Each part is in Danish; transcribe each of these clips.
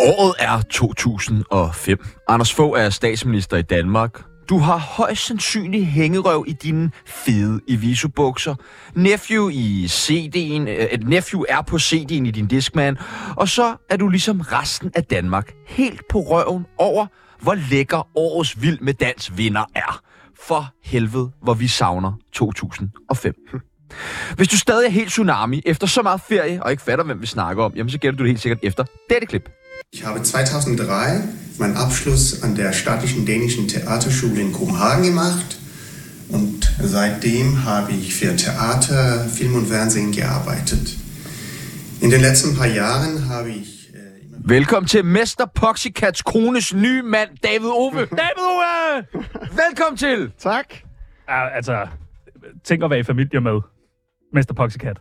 Året er 2005. Anders Fogh er statsminister i Danmark. Du har højst sandsynligt hængerøv i dine fede i visubukser. Nephew i CD'en, et nephew er på CD'en i din diskman. Og så er du ligesom resten af Danmark helt på røven over, hvor lækker årets vild med dans vinder er. For helvede, hvor vi savner 2005. Hvis du stadig er helt tsunami efter så meget ferie og ikke fatter, hvem vi snakker om, jamen så gætter du det helt sikkert efter dette klip. Ich habe 2003 meinen Abschluss an der Staatlichen Dänischen Theaterschule in Kopenhagen gemacht und seitdem habe ich für Theater, Film und Fernsehen gearbeitet. In den letzten paar Jahren habe ich äh, immer Velkommen til Mester Poxicats kones nye mand, David Ove. David Ove! Velkommen til! Tak. Ja, altså, tænk at være i familie med Mester Poxycat.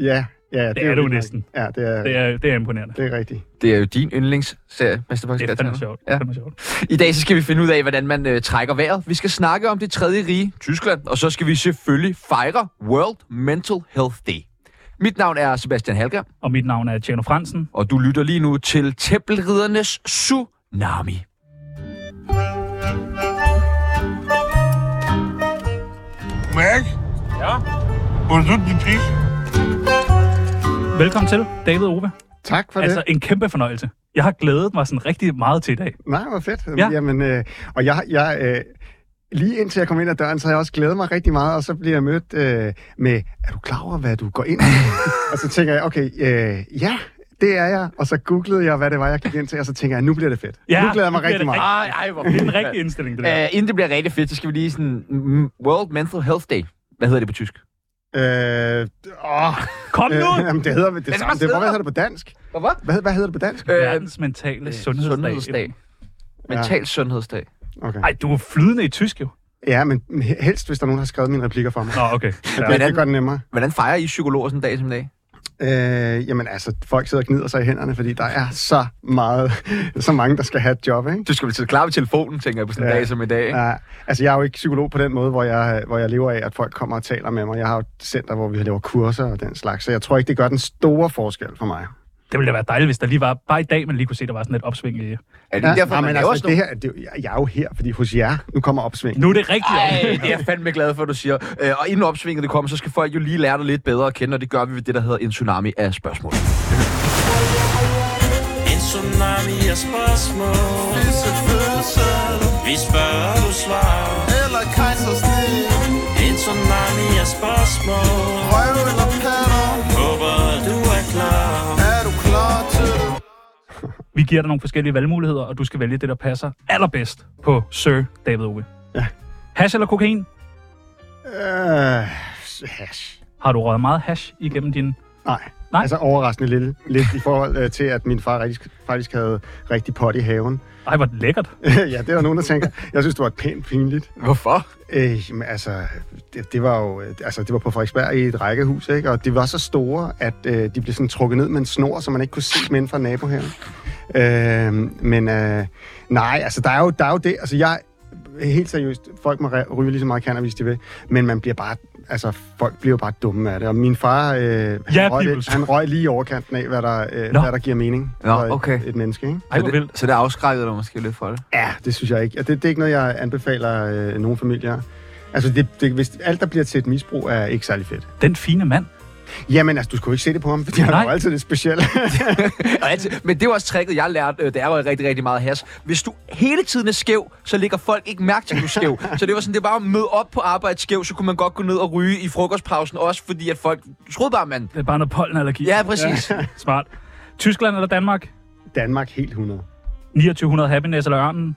Ja, ja. er jo du vildt nok. næsten. Ja, det er, det Det er, er, det er imponerende. det er rigtigt. Det er jo din yndlingsserie, Mester Det er Poxicats. fandme sjovt. Ja. Ja. Fandme sjovt. I dag så skal vi finde ud af, hvordan man øh, trækker vejret. Vi skal snakke om det tredje rige, Tyskland, og så skal vi selvfølgelig fejre World Mental Health Day. Mit navn er Sebastian Halger, Og mit navn er Tjerno Fransen. og du lytter lige nu til Tempelriddernes Tsunami. Mærk? Ja. Hvor er du din pik? Velkommen til, David Ove. Tak for Altså, det. en kæmpe fornøjelse. Jeg har glædet mig sådan rigtig meget til i dag. Nej, hvor fedt. Ja. Jamen, øh, og jeg, jeg øh, lige indtil jeg kom ind ad døren, så har jeg også glædet mig rigtig meget, og så bliver jeg mødt øh, med, er du klar over, hvad du går ind i?" Og så tænker jeg, okay, øh, ja, det er jeg. Og så googlede jeg, hvad det var, jeg gik ind til, og så tænker jeg, nu bliver det fedt. Ja, nu glæder jeg nu mig bliver rigtig det meget. Ej, ej, hvor Det er en rigtig indstilling, det der. Uh, inden det bliver rigtig fedt, så skal vi lige sådan... mm, World Mental Health Day. Hvad hedder det på tysk? Øh, åh, Kom øh, nu! jamen, det hedder det, er det, bare samme. det, hvor, federe. hvad hedder det på dansk? Hvad? Hvad, hvad hedder det på dansk? Øh, Verdens mentale sundhedsdag. sundhedsdag. Mental Mental sundhedsdag. Okay. Øh, Ej, du er flydende i tysk jo. Ja, men helst, hvis der er nogen, der har skrevet mine replikker for mig. Nå, okay. Ja. Det, Hvordan- det gør det nemmere. Hvordan fejrer I psykologer sådan en dag som i dag? Øh, jamen altså, folk sidder og gnider sig i hænderne, fordi der er så meget, så mange, der skal have et job, ikke? Du skal vel sidde klar ved telefonen, tænker jeg, på sådan en Ja. dag som i dag. Ikke? Ja, altså, jeg er jo ikke psykolog på den måde, hvor jeg, hvor jeg lever af, at folk kommer og taler med mig. Jeg har jo et center, hvor vi laver kurser og den slags, så jeg tror ikke, det gør den store forskel for mig. Det ville da være dejligt, hvis der lige var, bare i dag, man lige kunne se, der var sådan et opsving i. Er det ja, derfor, nej, man men laver altså, sådan det her, det, jeg, jeg er jo her, fordi hos jer, nu kommer opsvinget. Nu er det rigtigt. Ej, det er jeg fandme glad for, at du siger. Øh, og inden opsvinget det kommer, så skal folk jo lige lære dig lidt bedre at kende, og det gør vi ved det, der hedder en tsunami af spørgsmål. En tsunami af spørgsmål Vi spørger, du svarer Eller kejsersnit En tsunami af spørgsmål Røv eller patter Håber, du er klar Er du klar til det? Vi giver dig nogle forskellige valgmuligheder, og du skal vælge det, der passer allerbedst på Sir David Ove. Ja. Hash eller kokain? Øh, hash. Har du røget meget hash igennem din... Nej. Nej. Nej. Altså overraskende lille, lidt i forhold øh, til, at min far rigtig, faktisk havde rigtig pot i haven. Ej, hvor lækkert. ja, det er der nogen, der tænker. Jeg synes, det var pænt pinligt. Hvorfor? Øh, men altså, det, det var jo øh, altså, det var på Frederiksberg i et rækkehus, ikke? og de var så store, at øh, de blev sådan trukket ned med en snor, så man ikke kunne se dem inden fra nabohaven. Øh, men øh, nej, altså, der er, jo, der er jo det. Altså, jeg helt seriøst, folk må re- ryge lige så meget cannabis, de vil, men man bliver bare, altså, folk bliver jo bare dumme af det. Og min far, øh, han, Ja, røg, lidt- Pibels. han røg lige i overkanten af, hvad der, øh, Nå. hvad der giver mening Nå, for et- okay. et menneske, ikke? Ej, hvor så, det, vildt. så det afskrækkede dig måske lidt for det. Ja, det synes jeg ikke. Og Det, det er ikke noget, jeg anbefaler øh, nogen familier. Altså, det, det, hvis alt, der bliver til et misbrug, er ikke særlig fedt. Den fine mand. Jamen, altså, du skulle jo ikke se det på ham, fordi han er Nej. jo altid lidt speciel. Og altid, men det var også tricket, jeg lærte, øh, da jeg var rigtig, rigtig meget has. Hvis du hele tiden er skæv, så ligger folk ikke mærke til, at du er skæv. Så det var sådan, det var at møde op på arbejde skæv, så kunne man godt gå ned og ryge i frokostpausen også, fordi at folk troede bare, man... Det er bare noget pollenallergi. Ja, præcis. Smart. Tyskland eller Danmark? Danmark helt 100. 2900 Happiness eller Ørnen?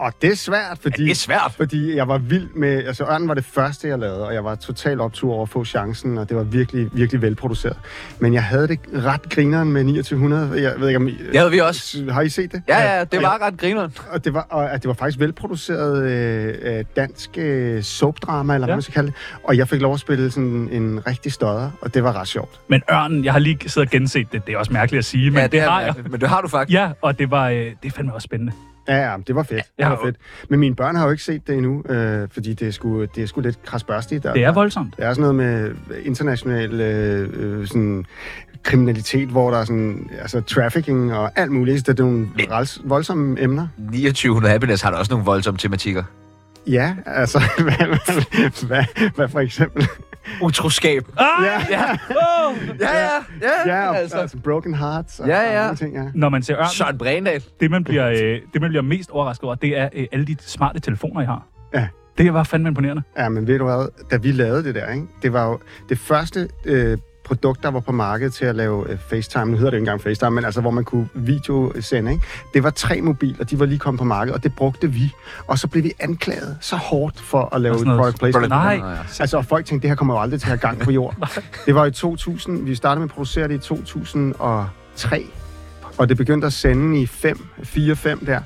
Og det er svært, fordi... Det er svært. Fordi jeg var vild med... Altså, Ørnen var det første, jeg lavede, og jeg var totalt optur over at få chancen, og det var virkelig, virkelig velproduceret. Men jeg havde det ret grineren med 2900. Jeg ved ikke, om I... Det havde vi også. Har I set det? Ja, ja, det var ret grineren. Og det var, og at det var faktisk velproduceret øh, øh, dansk øh, soapdrama, eller ja. Ja. hvad man skal kalde det. Og jeg fik lov at spille sådan en rigtig stodder, og det var ret sjovt. Men Ørnen, jeg har lige siddet og genset det. Det er også mærkeligt at sige, men Ja, det, det har jeg. Men det har du faktisk. Ja, og det var... Øh, det er fandme også spændende. Ja, ja, det var fedt. Ja, Ja, det og- var fedt. Men mine børn har jo ikke set det endnu, øh, fordi det er, sgu, det er sgu lidt krasbørstigt. Der, Det er voldsomt. der er sådan noget med international øh, øh, sådan kriminalitet, hvor der er sådan, altså trafficking og alt muligt. Så det er nogle Men- rels, voldsomme emner. 2900 Happiness har da også nogle voldsomme tematikker. Ja, altså, hvad, hvad, hvad, hvad for eksempel? Utroskab. Ah! Ja, ja, Wow! Ja, ja, ja. ja og, altså. altså. altså broken hearts og, Ja, ja. og nogle ting, ja. Når man ser ørn, Søren Brændal. det man, bliver, øh, det man bliver mest overrasket over, det er øh, alle de smarte telefoner, I har. Ja. Det var fandme imponerende. Ja, men ved du hvad, da vi lavede det der, ikke? det var jo det første øh, produkt, der var på markedet til at lave øh, FaceTime, nu hedder det jo ikke engang FaceTime, men altså hvor man kunne videosende, ikke? det var tre mobiler, de var lige kommet på markedet, og det brugte vi. Og så blev vi anklaget så hårdt for at lave Og sådan noget- product placement. Product- Nej, Nå, ja. Altså, og folk tænkte, det her kommer jo aldrig til at have gang på jord. det var i 2000, vi startede med at producere det i 2003, og det begyndte at sende i 5, 4-5 der.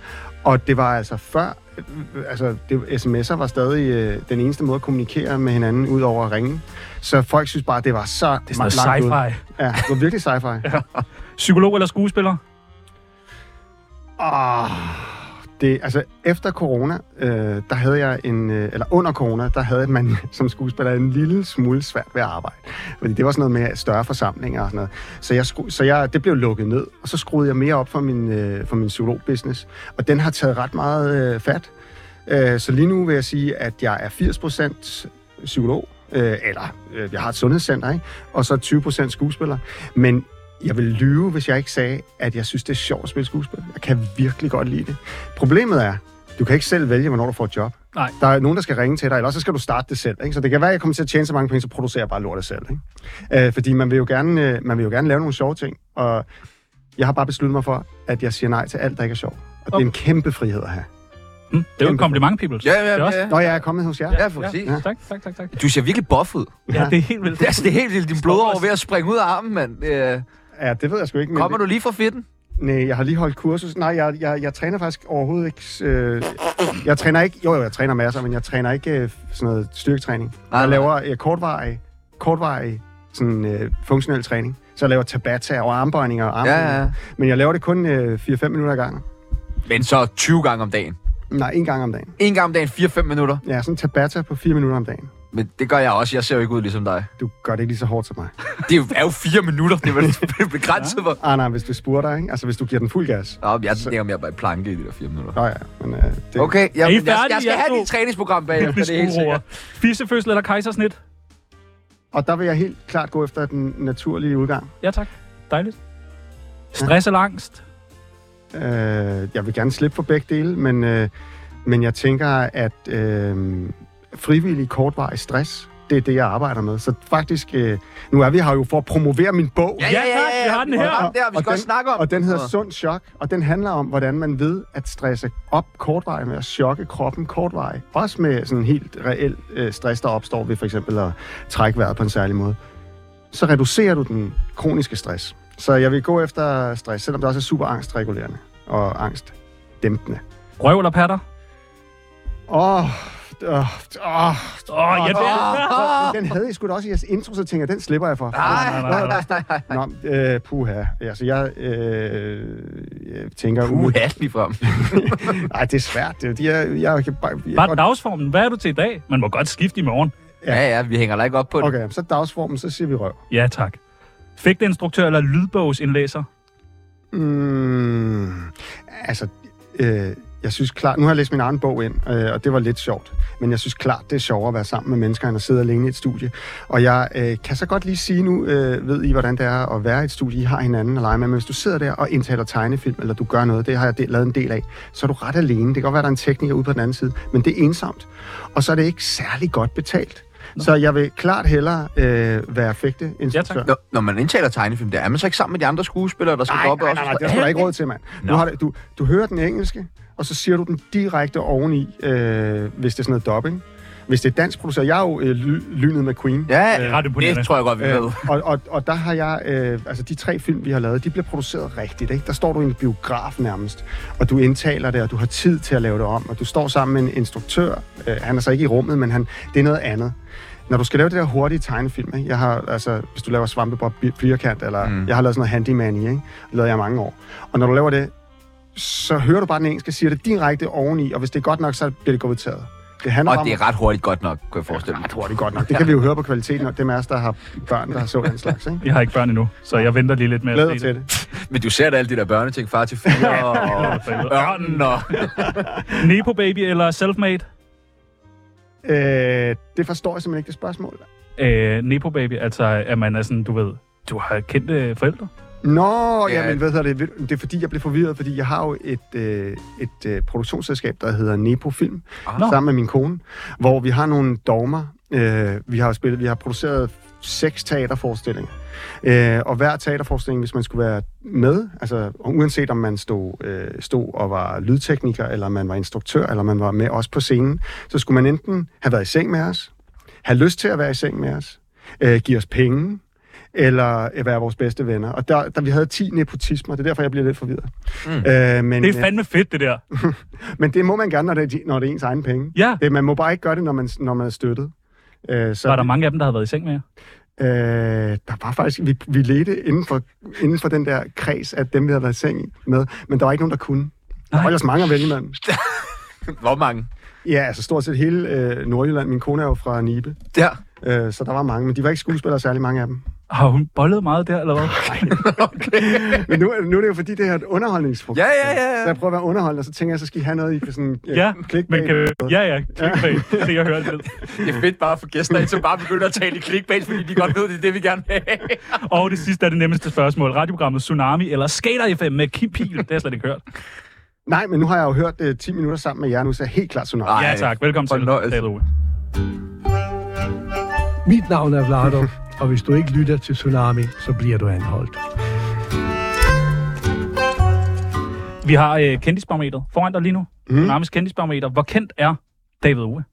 Og det var altså før, øh, altså det, sms'er var stadig øh, den eneste måde at kommunikere med hinanden, ud over at ringe. Så folk synes bare, det var så det er sådan langt ude. noget sci-fi. Ja, det var virkelig sci-fi. ja. Psykolog eller skuespiller? oh, det, altså, efter corona, øh, der havde jeg en, øh, eller under corona, der havde man som skuespiller en lille smule svært ved at arbejde. Fordi det var sådan noget med større forsamlinger og sådan noget. Så, jeg skru, så jeg, det blev lukket ned, og så skruede jeg mere op for min, øh, for min psykologbusiness. Og den har taget ret meget øh, fat. Øh, så lige nu vil jeg sige, at jeg er 80% psykolog, øh, eller øh, jeg har et sundhedscenter, ikke? og så 20% skuespiller. Men jeg vil lyve, hvis jeg ikke sagde, at jeg synes, det er sjovt at spille skuespil. Jeg kan virkelig godt lide det. Problemet er, du kan ikke selv vælge, hvornår du får et job. Nej. Der er nogen, der skal ringe til dig, eller også så skal du starte det selv. Ikke? Så det kan være, at jeg kommer til at tjene så mange penge, så producerer jeg bare lortet selv. Ikke? Øh, fordi man vil, jo gerne, øh, man vil jo gerne lave nogle sjove ting, og jeg har bare besluttet mig for, at jeg siger nej til alt, der ikke er sjovt. Og det er en kæmpe frihed at have. Hm, det er jo et Kæmpe. kompliment, people. Ja, ja, Det er ja. også- ja. Nå, jeg er kommet hos jer. Ja, præcis. Ja. Tak, tak, tak, tak. Du ser virkelig buff ud. Ja, det er helt vildt. Det er, altså, det er helt vildt. Din blodår er ved at springe ud af armen, mand. Øh, Ja, det ved jeg sgu ikke. kommer du lige fra fitten? Nej, jeg har lige holdt kursus. Nej, jeg, jeg, jeg træner faktisk overhovedet ikke... Øh, jeg træner ikke... Jo, jo, jeg træner masser, men jeg træner ikke øh, sådan noget styrketræning. Nej, jeg nej. laver øh, kortvarig, kortvarig sådan, øh, funktionel træning. Så jeg laver tabata og armbøjninger og Ja, armbøjninger. ja. Men jeg laver det kun øh, 4-5 minutter ad gangen. Men så 20 gange om dagen. Nej, en gang om dagen. En gang om dagen, 4-5 minutter. Ja, sådan tabata på 4 minutter om dagen. Men det gør jeg også. Jeg ser jo ikke ud ligesom dig. Du gør det ikke lige så hårdt som mig. Det er jo- er jo 4 minutter. Det er vel begrænset for. Ah, nej, hvis du spurgter, ikke? Altså, hvis du giver den fuld gas. Nå, men jeg tænker mere bare i planke i de der 4 minutter. Nå ja, men øh, det, Okay, Er I jamen, jeg, færdige, jeg skal jer have to? dit træningsprogram bagefter, det er helt Fitnessguruer. sikkert. Fissefødsel eller kejsersnit? Og der vil jeg helt klart gå efter den naturlige udgang. Ja, tak. Dejligt. Stress eller angst? Øh, jeg vil gerne slippe for begge dele, men, øh, men jeg tænker, at øh, frivillig kortvarig stress, det er det, jeg arbejder med. Så faktisk, øh, nu er vi her jo for at promovere min bog. Ja, tak, vi har den her. Og, der, vi skal den, også snakke om. og den hedder Nå. Sund Chok, og den handler om, hvordan man ved at stresse op kortveje med at chokke kroppen kortveje. Også med sådan en helt reel øh, stress, der opstår ved for eksempel at trække vejret på en særlig måde. Så reducerer du den kroniske stress. Så jeg vil gå efter stress, selvom det også er super angstregulerende og angstdæmpende. Røv eller patter? Åh, oh, oh, oh, Åh, oh, ja, det er... den havde I sgu da også i jeres intro, så tænker jeg, den slipper jeg for. Nej, nej, nej, nej, nej, nej. Nå, øh, puha. Altså, jeg, øh, jeg tænker... Puha, ligefrem. Nej, det er svært. Det er, de er, jeg kan bare, jeg Bare dagsformen. Hvad er du til i dag? Man må godt skifte i morgen. Ja, ja, vi hænger da ikke op på det. Okay, så dagsformen, så siger vi røv. Ja, tak. Fægteinstruktør eller lydbogsindlæser? Mm, altså, øh, jeg synes klart... Nu har jeg læst min egen bog ind, øh, og det var lidt sjovt. Men jeg synes klart, det er sjovere at være sammen med mennesker, end at sidde alene i et studie. Og jeg øh, kan så godt lige sige nu, øh, ved I, hvordan det er at være i et studie. I har hinanden at lege med, men hvis du sidder der og indtaler tegnefilm, eller du gør noget, det har jeg del, lavet en del af, så er du ret alene. Det kan godt være, der er en tekniker ude på den anden side, men det er ensomt. Og så er det ikke særlig godt betalt. Så jeg vil klart hellere øh, være fægteinstruktør. Når, når man indtaler tegnefilm, der er man så ikke sammen med de andre skuespillere, der skal gå Nej, op nej, og også... nej, nej, det har du da ikke råd til, mand. Nå. Du, har, det- du, du hører den engelske, og så siger du den direkte oveni, øh, hvis det er sådan noget dubbing. Hvis det er dansk produceret, jeg er jo øh, ly, lynet med Queen. Ja, ret imponerende. det tror jeg godt, vi ved. Øh, og, og, og der har jeg, øh, altså de tre film, vi har lavet, de bliver produceret rigtigt, ikke? Der står du i en biograf nærmest, og du indtaler det, og du har tid til at lave det om, og du står sammen med en instruktør. Øh, han er så ikke i rummet, men han, det er noget andet. Når du skal lave det der hurtige tegnefilm, ikke? Jeg har, altså, hvis du laver Svampebob Bi- Firkant, eller mm. jeg har lavet sådan noget Handyman i, ikke? Det lavede jeg i mange år. Og når du laver det, så hører du bare den engelske, siger det direkte oveni, og hvis det er godt nok, så bliver det godtaget. det handler Og om... det er ret hurtigt godt nok, kunne jeg forestille mig. Jeg tror, det er godt nok. Det kan vi jo høre på kvaliteten, og dem af os, der har børn, der har så den slags, ikke? Jeg har ikke børn endnu, så jeg venter lige lidt med Glæder at se til det. det. Men du ser da alle de der børneting, far til fire og ørnen og... Nepo Baby eller Selfmade? Øh, det forstår jeg simpelthen ikke, det spørgsmål. Øh, Nepo Baby, altså at man er sådan, du ved, du har kendte forældre. Nå, Ja. ja. jamen, hvad hedder det? Ved- Det er fordi, jeg blev forvirret, fordi jeg har jo et, øh, et øh, produktionsselskab, der hedder Nepo Film, Ah. ah. sammen med min kone, hvor vi har nogle dogmer. Øh, vi har spillet, vi har produceret seks teaterforestillinger. Øh, og hver teaterforestilling, hvis man skulle være med, altså uanset om man stod, øh, stod og var lydtekniker, eller man var instruktør, eller man var med os på scenen, så skulle man enten have været i seng med os, have lyst til at være i seng med os, øh, give os penge, eller øh, være vores bedste venner. Og der, der vi havde 10 nepotismer, det er derfor, jeg bliver lidt forvirret. Mm. Øh, men, Det er fandme fedt, det der. øh, men det må man gerne, når det er, de- når det er ens egen penge. Ja. Det, man må bare ikke gøre det, når man, når man er støttet. Øh, så Var der mange af dem, der havde været i seng med jer? Øh, der var faktisk, vi, vi ledte inden for, inden for den der kreds af dem, vi havde været i seng med, men der var ikke nogen, der kunne. Der var Nej. ellers mange at vælge imellem. Hvor mange? Ja, altså stort set hele øh, Nordjylland. Min kone er jo fra Nibe, Der. øh, så der var mange, men de var ikke skuespillere, særlig mange af dem. Har hun bollet meget der, eller hvad? Men nu, nu er det jo fordi, det her er et underholdningsprogram. Ja, ja, ja, ja. Så jeg prøver at være underholdende, og så tænker jeg, så skal I have noget, I kan sådan... øh, ja, clickbait. men kan Ja, ja, clickbait. Det er jeg hører altid. Det er fedt bare at få gæster ind, som bare begynder at tale i clickbait, fordi de godt ved, det er det, vi gerne vil have. Og det sidste er det nemmeste spørgsmål. Radioprogrammet Tsunami eller Skater FM med Kim Pihl. Det har jeg slet ikke hørt. Nej, men nu har jeg jo hørt øh, 10 minutter sammen med jer nu, så jeg er helt klart tsunami. Ej, Ja tak, velkommen til. fornøjelse. David Ole. Mit navn er Vlado, og hvis du ikke lytter til Tsunami, så bliver du anholdt. Vi har øh, kendisbarometeret foran dig lige nu. Mhm. Mm. Tsunamis kendisbarometer. Hvor kendt er David Uwe?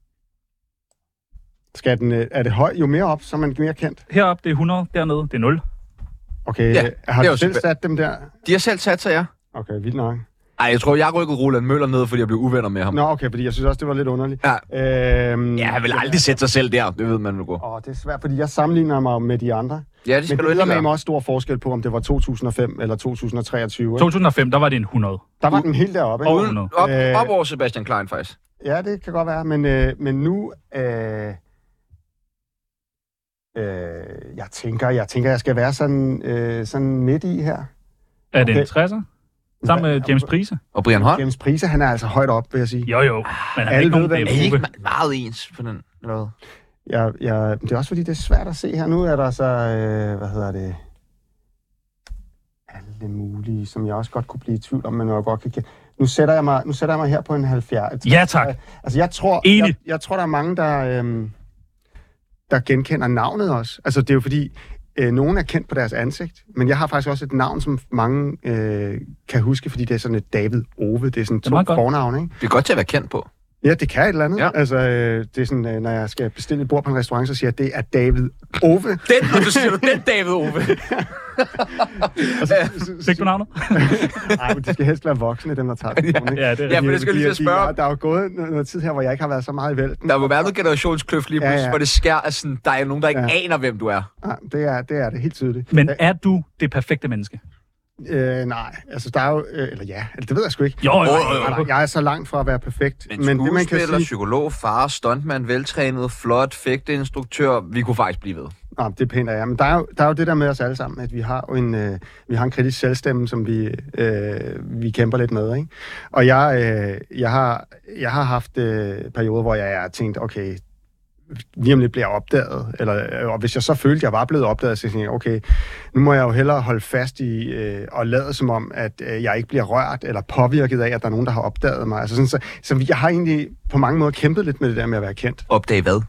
Skal den, øh, er det høj? Jo mere op, så er man mere kendt. Heroppe, det er 100. Dernede, det er 0. Okay, Ja, ja, har det er du jo selv spæ- sat dem der? De har selv sat sig, ja. Okay, vildt nok. Ej, jeg tror, jeg rykkede Roland Møller ned, fordi jeg blev uvenner med ham. Nå, okay, fordi jeg synes også, det var lidt underligt. Ja. Øhm, Ja, han vil aldrig sætte sig selv der. Det ved man nu godt. Åh, det er svært, fordi jeg sammenligner mig med de andre. Ja, det Men skal det du er ældre med være. også stor forskel på, om det var 2005 eller 2023. ikke? 2005, der var det en 100. Der var den helt deroppe. ikke? Og- Uden, op, Øh. op over Sebastian Klein, faktisk. Ja, det kan godt være, men, øh, men nu... Øh, øh, jeg tænker, jeg tænker, jeg skal være sådan, øh, sådan midt i her. Er det en Okay. 60'er? Sammen med James Prise? Og Brian Holm. James Prise, han er altså højt op, vil jeg sige. Jo, jo. Men han er Alle ikke ved, nogen hvem- Er I David ikke Uwe. me- meget ens på den? Eller hvad? Jeg, jeg, det er også fordi, det er svært at se her. Nu er der så, øh, hvad hedder det, alle mulige, som jeg også godt kunne blive i tvivl om, men jeg godt kan kende. Nu sætter jeg mig, nu sætter jeg mig her på en 70. Ja, tak. Altså, jeg tror, Enig. jeg, jeg tror der er mange, der, øhm, der genkender navnet også. Altså, det er jo fordi, øh, nogen er kendt på deres ansigt, men jeg har faktisk også et navn, som mange øh, kan huske, fordi det er sådan et David Ove. Det er sådan to meget godt. fornavne, ikke? Det er godt til at være kendt på. Ja, det kan et eller andet. Ja. Ja. Altså, øh, det er sådan, øh, når jeg skal bestille et bord på en restaurant, så siger jeg, det er David Ove. Den, og du siger du, den David Ove. Fik du navnet? Nej, men de skal helst være voksne, dem der tager det. Ja, Ja, det er Ja, for det skal jeg lige til at spørge om. Der er jo gået noget, noget tid her, hvor jeg ikke har været så meget i vælten. Der må være noget generationskløft lige Ja, ja. pludselig, hvor det skærer, at sådan, der er nogen, der ikke aner, hvem du er. Nej, Ah, det, er, det er det helt tydeligt. Men er du det perfekte menneske? Øh, nej, altså der er jo... Øh, eller ja, eller det ved jeg sgu ikke. Jo, jo, jo, Nej, nej, Jeg er så langt fra at være perfekt. Men, men det, man kan skuespiller, sige... psykolog, far, stuntmand, veltrænet, flot, fægteinstruktør, vi kunne faktisk blive ved. Nå, det er pænt af jer. Men der er, jo, der er jo det der med os alle sammen, at vi har jo en, øh, vi har en kritisk selvstemme, som vi, øh, vi kæmper lidt med. Ikke? Og jeg, øh, jeg, har, jeg har haft øh, perioder, hvor jeg har tænkt, okay, lige om lidt bliver jeg opdaget. Eller, øh, og hvis jeg så følte, at jeg var blevet opdaget, så tænkte jeg, okay, nu må jeg jo hellere holde fast i øh, og lade som om, at øh, jeg ikke bliver rørt eller påvirket af, at der er nogen, der har opdaget mig. Altså sådan, så, så jeg har egentlig på mange måder kæmpet lidt med det der med at være kendt Opdag hvad?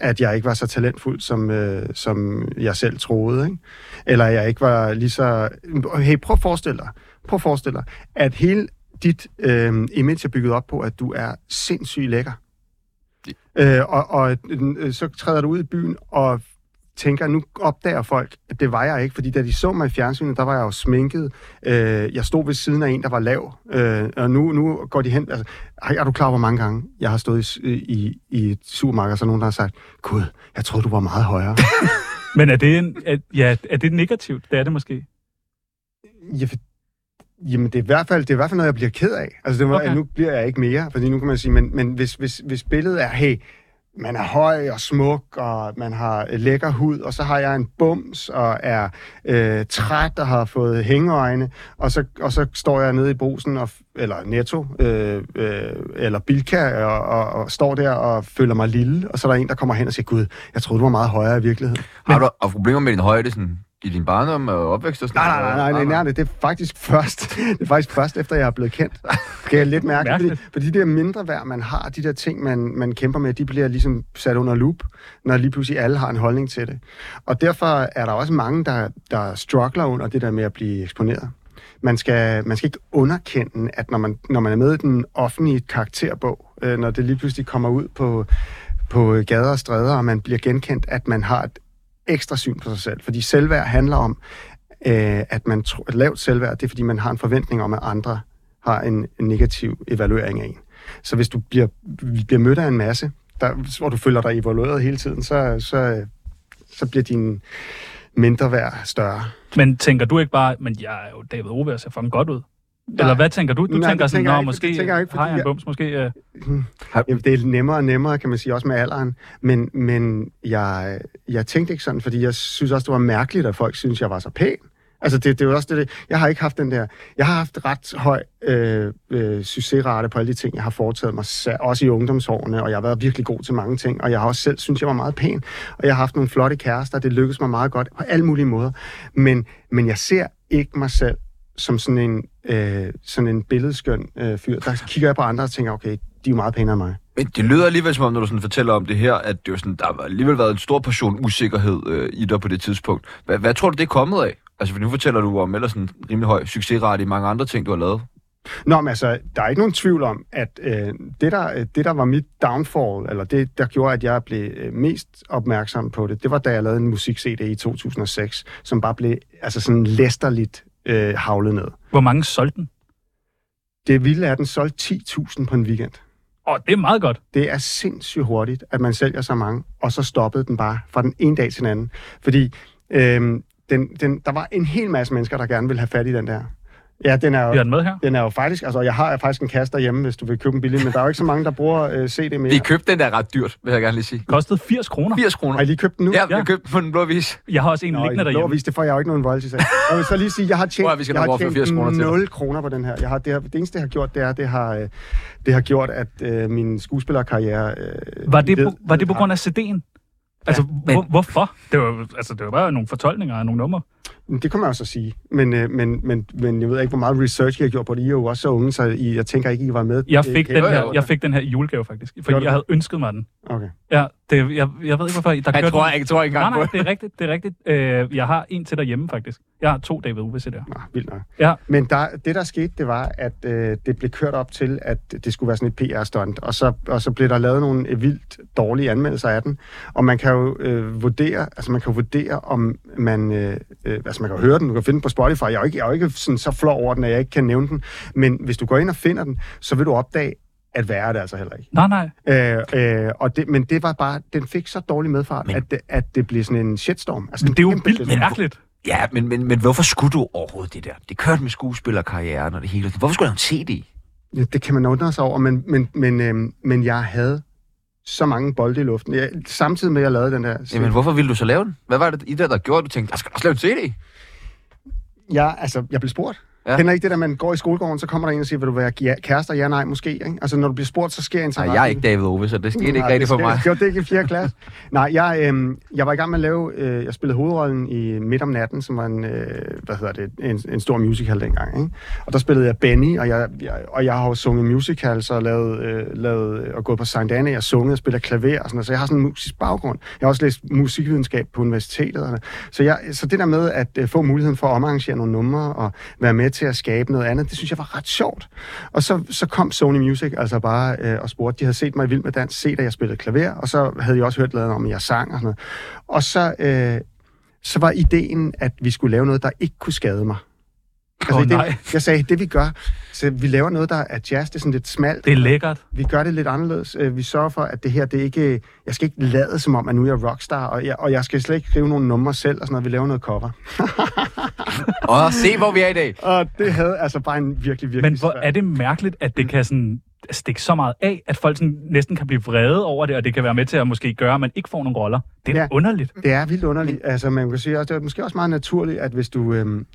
at jeg ikke var så talentfuld, som, øh, som jeg selv troede. Ikke? Eller jeg ikke var lige så... Hey, prøv at forestille dig, prøv at forestille dig at hele dit øh, image er bygget op på, at du er sindssygt lækker. Øh, og og øh, så træder du ud i byen og tænker, nu opdager folk, at det var jeg ikke, fordi da de så mig i fjernsynet, der var jeg jo sminket. Øh, jeg stod ved siden af en, der var lav, øh, og nu, nu går de hen. Altså, ej, er du klar, hvor mange gange jeg har stået i, i, i et supermarked, og så er nogen, der har sagt, Gud, jeg troede, du var meget højere. Men er det, en, er, ja, er det negativt? Det er det måske. ja, for, Jamen, det er, i hvert fald, det er i hvert fald noget, jeg bliver ked af. Altså, det var, Okay. okay. nu bliver jeg ikke mere, fordi nu kan man sige, men, men hvis, hvis, hvis billedet er, hey, man er høj og smuk, og man har øh, lækker hud, og så har jeg en bums, og er øh, træt og har fået hængeøjne, og så, og så står jeg nede i brusen, og, f- eller netto, øh, øh, eller bilka, og, og, og står der og føler mig lille, og så er der en, der kommer hen og siger, gud, jeg troede, du var meget højere i virkeligheden. Har du haft problemer med din højde sådan, i din barndom og opvækst og sådan Nej, nej, nej, nej, nej, nej. Det er faktisk først, det er faktisk først efter jeg er blevet kendt. Kan jeg lidt mærke, fordi, Mærkeligt. fordi de der mindre værd, man har, de der ting, man, man kæmper med, de bliver ligesom sat under loop, når lige pludselig alle har en holdning til det. Og derfor er der også mange, der, der struggler under det der med at blive eksponeret. Man skal, man skal ikke underkende, at når man, når man er med i den offentlige karakterbog, øh, når det lige pludselig kommer ud på, på gader og stræder, og man bliver genkendt, at man har et ekstra syn på sig selv. Fordi selvværd handler om, øh, at man tro, at lavt selvværd, det er fordi, man har en forventning om, at andre har en, en negativ evaluering af en. Så hvis du bliver, bliver mødt af en masse, der, hvor du føler dig evalueret hele tiden, så, så, så bliver din mindre værd større. Men tænker du ikke bare, men jeg er jo David Ove, jeg ser fucking godt ud? Eller hvad tænker du? Du Nej, det tænker sådan, tænker jeg tænker ikke, måske det tænker jeg ikke, har jeg fordi en jeg- bums, måske... Øh, Jamen, det er nemmere og nemmere, kan man sige, også med alderen. Men, men jeg, jeg tænkte ikke sådan, fordi jeg synes også, det var mærkeligt, at folk synes, jeg var så pæn. Altså, det, det er jo også det, jeg har ikke haft den der... Jeg har haft ret høj øh, øh, succesrate på alle de ting, jeg har foretaget mig, sa- også i ungdomsårene, og jeg har været virkelig god til mange ting, og jeg har også selv synes, jeg var meget pæn, og jeg har haft nogle flotte kærester, og det lykkedes mig meget godt på alle mulige måder. Men, men jeg ser ikke mig selv som sådan en, øh, sådan en billedskøn øh, fyr. Der kigger jeg på andre og tænker, okay, de er jo meget pænere end mig. Men det lyder alligevel som om, når du sådan fortæller om det her, at det var sådan, der har alligevel været en stor portion usikkerhed øh, i dig på det tidspunkt. Hvad, hvad tror du, det er kommet af? Altså, for nu fortæller du om ellers en rimelig høj succesrate i mange andre ting, du har lavet. Nå, men altså, der er ikke nogen tvivl om, at øh, det, der, øh, det, der var mit downfall, eller det, der gjorde, at jeg blev øh, mest opmærksom på det, det var, da jeg lavede en musik-CD i 2006, som bare blev altså sådan læsterligt øh, havlet ned. hvor mange solgte den? Det vilde er, at den solgte 10.000 på en weekend. Åh, det er meget godt. Det er sindssygt hurtigt, at man sælger så mange, og så stoppede den bare fra den ene dag til den anden. Fordi øhm, den, den, der var en hel masse mennesker, der gerne ville have fat i den der. Ja, den er jo, Vi har den med her. den er jo faktisk... Altså, jeg har faktisk en kasse derhjemme, hvis du vil købe en billig, men der er jo ikke så mange, der bruger øh, CD mere. Vi købte den der ret dyrt, vil jeg gerne lige sige. Kostede 80 kroner. 80 kroner. Har I lige købt den nu? Ja, vi Ja. har købt den på den blå vis. Jeg har også en Nå, liggende i derhjemme. lovvis, det får jeg jo ikke nogen voldelse af. Jeg vil så lige sige, jeg har tjent, Prøv at vi skal jeg nok har overføre 80 kroner til dig. 0 kroner på den her. Jeg har, det, har, det eneste, jeg har gjort, det er, det har, øh, det har gjort, at øh, min skuespillerkarriere... Øh, Var det, led- på, var det på led grund af CD'en? Altså, men- hvor, hvorfor? Det var, altså, det var bare nogle fortolkninger af nogle numre. Det kan man jo så sige, men, øh, men, men, men jeg ved ikke, hvor meget research I har gjort på det. I er jo også så unge, så I, jeg tænker ikke, I var med. Jeg øh, fik, kan den I- her, jeg fik den her i julegave, faktisk. For Gjorde du jeg havde ønsket mig den. Okay. Ja, det, jeg, jeg ved ikke, hvorfor. Der Jeg kørte tror, den- jeg, jeg tror ikke Nej, engang på nej, det. det er rigtigt. Det er rigtigt. Øh, jeg har en til derhjemme, faktisk. Jeg har to David Uwe der. Nå, vildt nok. Ja. Men der, det, der skete, det var, at øh, det blev kørt op til, at det skulle være sådan et PR-stunt, og så, og så blev der lavet nogle øh, vildt dårlige anmeldelser af den. Og man kan jo øh, vurdere, altså man kan jo vurdere, om man, øh, øh, altså man kan jo høre den, du kan finde den på Spotify. Jeg er jo ikke, jeg er jo ikke sådan så flov over den, at jeg ikke kan nævne den. Men hvis du går ind og finder den, så vil du opdage, at værre er det altså heller ikke. Nej, nej. Øh, øh, og det, men det var bare, den fik så dårlig medfart, Men- men, at, det, at det blev sådan en shitstorm. Altså, Men det er jo kæmpe vildt shitstorm. mærkeligt. Ja, men, men, men hvorfor skulle du overhovedet det der? Det kørte med skuespillerkarrieren og det hele. Hvorfor skulle du have en CD? Ja, det kan man undre sig over, men, men, men, øh, men jeg havde så mange bolde i luften. Jeg, samtidig med, at jeg lavede den der... Jamen, hvorfor ville du så lave den? Hvad var det i det, der gjorde, at du tænkte, jeg skal også lave en CD? jeg, altså, jeg blev spurgt. Ja. Ja. Kender I ikke det, der man går i skolegården, så kommer der en og siger, vil du være ja, kærester? Ja, nej, måske. Ikke? Altså, når du bliver spurgt, så sker en Nej, jeg er ikke David Ove, så det skete ikke Nej, rigtigt for sker- mig. Gjorde det ikke i 4. klasse? Nej, jeg, øh, jeg var i gang med at lave... Øh, jeg spillede hovedrollen i Midt om natten, som var en, øh, hvad hedder det, en, en stor musical dengang. Ikke? Og der spillede jeg Benny, og jeg, jeg, og jeg har jo sunget musicals og, lavet, øh, lavet, og gået på St. Anne. Jeg har sunget og spillet klaver og sådan noget, så jeg har sådan en musisk baggrund. Jeg har også læst musikvidenskab på universitetet. Og så, jeg, så det der med at øh, få muligheden for at omarrangere nogle numre og være med til at skabe noget andet, det synes jeg var ret sjovt. Og så, så kom Sony Music altså bare øh, og spurgte, de havde set mig i Vild med Dans, set at jeg spillede klaver, og så havde de også hørt laden om, at jeg sang og sådan noget. Og så, øh, så var ideen, at vi skulle lave noget, der ikke kunne skade mig. Altså, Åh, det, nej. Jeg sagde, det vi gør, så vi laver noget, der er jazz, det er sådan lidt smalt. Det er lækkert. Vi gør det lidt anderledes. Øh, Vi sørger for, at det her, det er ikke... øh, Jeg skal ikke lade som om, at nu er jeg rockstar, og jeg, og jeg skal slet ikke skrive nogle numre selv, og sådan noget. Vi laver noget cover. Og se, hvor vi er i dag. Og det havde altså bare en virkelig, virkelig Men hvor er det mærkeligt, at det kan sådan stikke så meget af, at folk sådan næsten kan blive vrede over det, og det kan være med til at måske gøre, at man ikke får nogen roller. Det er Ja. ja. underligt. Det er vildt underligt. Altså, man kan sige også, det er måske også meget naturligt, at hvis du... Øhm,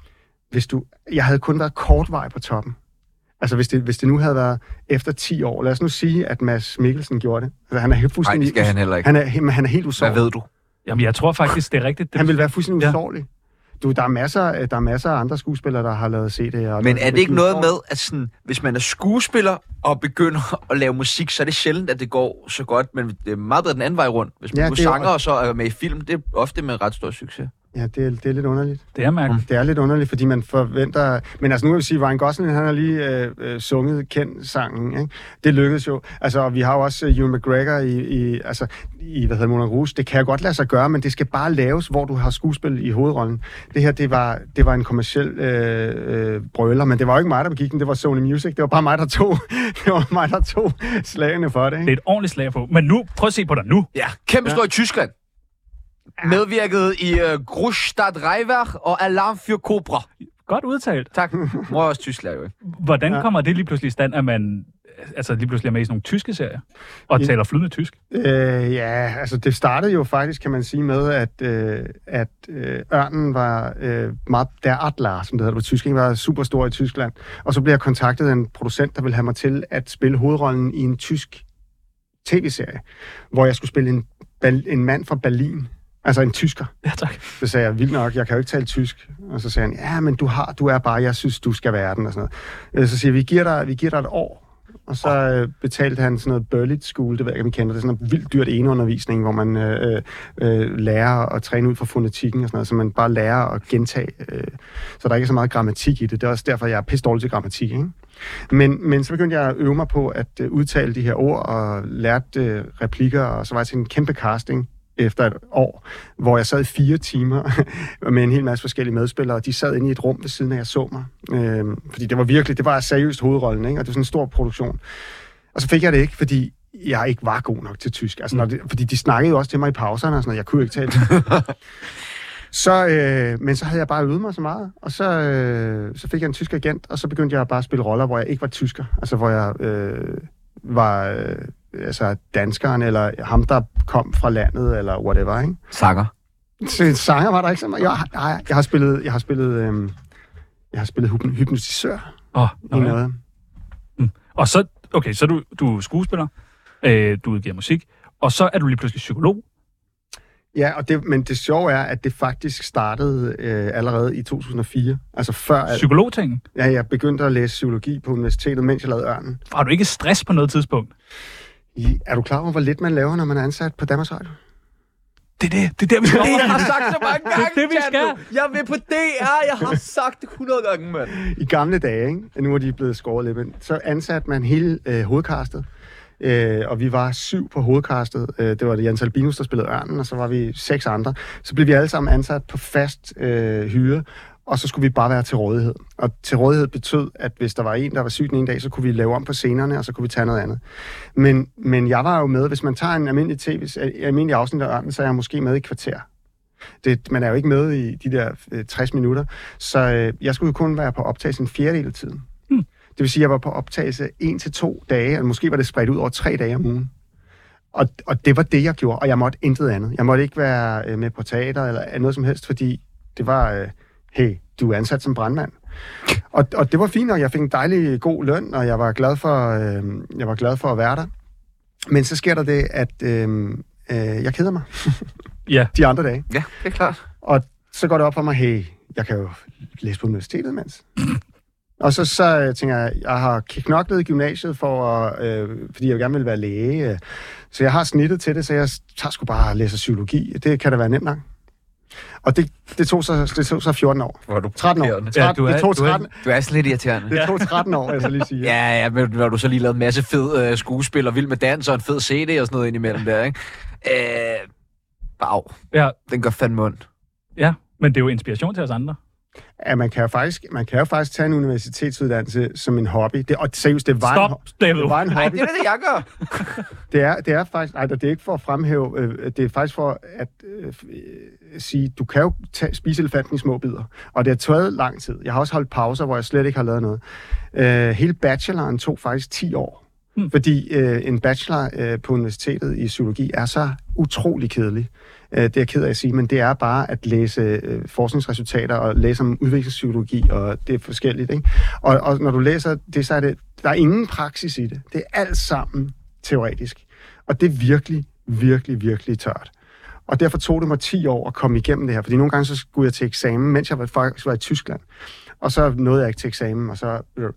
hvis du jeg havde kun været kort vej på toppen. Altså, hvis det, hvis det nu havde været efter 10 år. Lad os nu sige, at Mads Mikkelsen gjorde det. Altså, han er helt Nej, fuldstændig... det skal han heller ikke. Han er, he- men han er helt Hvad usårlig. ved du? Jamen, jeg tror faktisk, det er rigtigt. Det, Han vil være fuldstændig Ja. usårlig. Du, der er, masser, der er masser af andre skuespillere, der har lavet CD'er. og Men der- er det ikke noget med, at sådan, hvis man er skuespiller og begynder at lave musik, så er det sjældent, at det går så godt, men det er meget bedre den anden vej rundt. Hvis man Ja, ja, nu det er jo- sanger og så er med i film, det er ofte med ret stor succes. Ja, det er, det er lidt underligt. det er mærkeligt. Det er lidt underligt, fordi man forventer... Men altså, nu vil jeg sige, Ryan Gosling, han har lige øh, øh, sunget Ken-sangen, ikke? Det lykkedes jo. Altså, og vi har jo også øh, Ewan McGregor i, i, altså, i hvad hedder Moulin Rouge. Det kan jo godt lade sig gøre, men det skal bare laves, hvor du har skuespil i hovedrollen. Det her, det var, det var en kommersiel øh, øh, brøler, men det var jo ikke mig, der begik den. Det var Sony Music. Det var bare mig, der tog, det var mig, der tog slagene for det, Det er ikke? et ordentligt slag på. Men nu, prøv at se på dig nu. Ja, kæmpe stor i Tyskland. Medvirket i uh, Großstadt Reiwach og Alarm für Cobra. Godt udtalt. Tak. Mor er også tyskland, jo. ikke? Hvordan kommer det lige pludselig i stand, at man altså, lige pludselig er med i sådan nogle tyske serier, og Ja. taler flydende tysk? Øh, ja, altså det startede jo faktisk, kan man sige, med, at, øh, at øh, ørnen var øh, meget, der Adler, som det hedder på tysk, ikke, var super stor i Tyskland. Og så blev jeg kontaktet af en producent, der ville have mig til at spille hovedrollen i en tysk tv-serie, hvor jeg skulle spille en, Bal- en mand fra Berlin, altså en tysker. Ja, tak. Så sagde jeg, vildt nok, jeg kan jo ikke tale tysk. Og så sagde han, ja, men du har, du er bare, jeg synes, du skal være den, og sådan noget. Øh, Så siger jeg, vi giver dig, vi giver dig et år. Og så øh, betalte han sådan noget Burlitt School, det ved jeg ikke, om I kender, det er sådan noget vildt dyrt eneundervisning, hvor man øh, øh, lærer at træne ud fra fonetikken og sådan noget, så man bare lærer at gentage. Øh, så der er ikke så meget grammatik i det. Det er også derfor, jeg er pisse dårlig til grammatik, ikke? Men, men så begyndte jeg at øve mig på at øh, udtale de her ord og lærte øh, replikker, og så var jeg til en kæmpe casting efter et år, hvor jeg sad i fire timer med en hel masse forskellige medspillere, og de sad inde i et rum ved siden af, jeg så mig. Øhm, fordi det var virkelig, det var seriøst hovedrollen, ikke? og det var sådan en stor produktion. Og så fik jeg det ikke, fordi jeg ikke var god nok til tysk. Altså, når det, fordi de snakkede jo også til mig i pauserne, og sådan noget. jeg kunne jo ikke tale Så, øh, men så havde jeg bare øvet mig så meget, og så, øh, så fik jeg en tysk agent, og så begyndte jeg bare at spille roller, hvor jeg ikke var tysker. Altså, hvor jeg øh, var øh, altså, danskeren, eller ham, der kom fra landet, eller whatever, ikke? Sanger. Så sanger var der ikke så meget. Jeg, har- nej, jeg har spillet, jeg har spillet, øh, jeg har spillet hypno- hypnotisør Oh, i noget. Og så, okay, så er du, du er skuespiller, øh, du udgiver musik, og så er du lige pludselig psykolog. Ja, og det, men det sjove er, at det faktisk startede øh, allerede i 2004. Altså før, at, Psykologtingen. ja, jeg begyndte at læse psykologi på universitetet, mens jeg lavede Ørnen. Har du ikke stress på noget tidspunkt? I, er du klar over, hvor lidt man laver, når man er ansat på Danmarks Radio? Det er det, det er der, vi skal Det, jeg over. har sagt så mange gange, det, vi skal. Tjerno. Jeg vil på DR, jeg har sagt det 100 gange, mand. I gamle dage, ikke? nu er de blevet skåret lidt, men så ansatte man hele øh, hovedkastet. Øh, og vi var syv på hovedkastet. Øh, det var det Jens Albinus, der spillede Ørnen, og så var vi seks andre. Så blev vi alle sammen ansat på fast øh, hyre, og så skulle vi bare være til rådighed. Og til rådighed betød, at hvis der var en, der var syg den ene dag, så kunne vi lave om på scenerne, og så kunne vi tage noget andet. Men, men jeg var jo med, hvis man tager en almindelig, tv, almindelig afsnit af Ørnen, så er jeg måske med i et kvarter det, man er jo ikke med i de der øh, 60 minutter, så øh, jeg skulle jo kun være på optagelse en fjerdedel af tiden. Hmm. Det vil sige, at jeg var på optagelse en til to dage, eller måske var det spredt ud over tre dage om ugen. Og, og det var det, jeg gjorde, og jeg måtte intet andet. Jeg måtte ikke være øh, med på teater eller noget som helst, fordi det var, øh, hey, du er ansat som brandmand. Og, og det var fint, og jeg fik en dejlig øh, god løn, og jeg var glad for, øh, jeg var glad for at være der. Men så sker der det, at øh, øh, jeg keder mig Ja, de andre dage. Ja, det er klart. Og så går det op for mig, hey, jeg kan jo læse på universitetet, mens. Og så, så øh, tænker jeg, jeg har knoklet i gymnasiet, for at, øh, fordi jeg jo gerne vil være læge. øh. Så jeg har snittet til det, så jeg tager sgu bare og læser psykologi. Det kan da være nemt nok. Og det, det, tog, så, det tog så 14 år. Hvor er du 13 år. provokerende. 13, du er- det tog du er- 13, Du er sådan lidt irriterende. det tog 13 år, jeg så lige sige. Ja, ja, men når du så lige lavet en masse fed øh, skuespil og vild med dans og en fed CD og sådan noget indimellem der, ikke? Øh, wow, ja, den gør fandme ondt. ja. Men det er jo inspiration til os andre. at man kan jo faktisk, man kan jo faktisk tage en universitetsuddannelse som en hobby. Det, og seriøst, det var en, Stop, ho- David. det var en Nej, hobby. det er da det, jeg gør. Det er, det er faktisk, nej, det er ikke for at fremhæve, øh, det er faktisk for at øh, øh, sige, du kan jo tage, spise elefanten i små bidder. Og det har taget lang tid. Jeg har også holdt pauser, hvor jeg slet ikke har lavet noget. Øh, hele bacheloren tog faktisk 10 år. Hmm. Fordi øh, en bachelor øh, på universitetet i psykologi er så utrolig kedelig. Øh, det er jeg ked af at sige, men det er bare at læse øh, forskningsresultater og læse om udviklingspsykologi, og det er forskelligt. Ikke? Og, og når du læser det, så er det, der er ingen praksis i det. Det er alt sammen teoretisk. Og det er virkelig, virkelig, virkelig tørt. Og derfor tog det mig 10 år at komme igennem det her, fordi nogle gange så skulle jeg til eksamen, mens jeg var- faktisk var i Tyskland. Og så nåede jeg ikke til eksamen, og så... øh,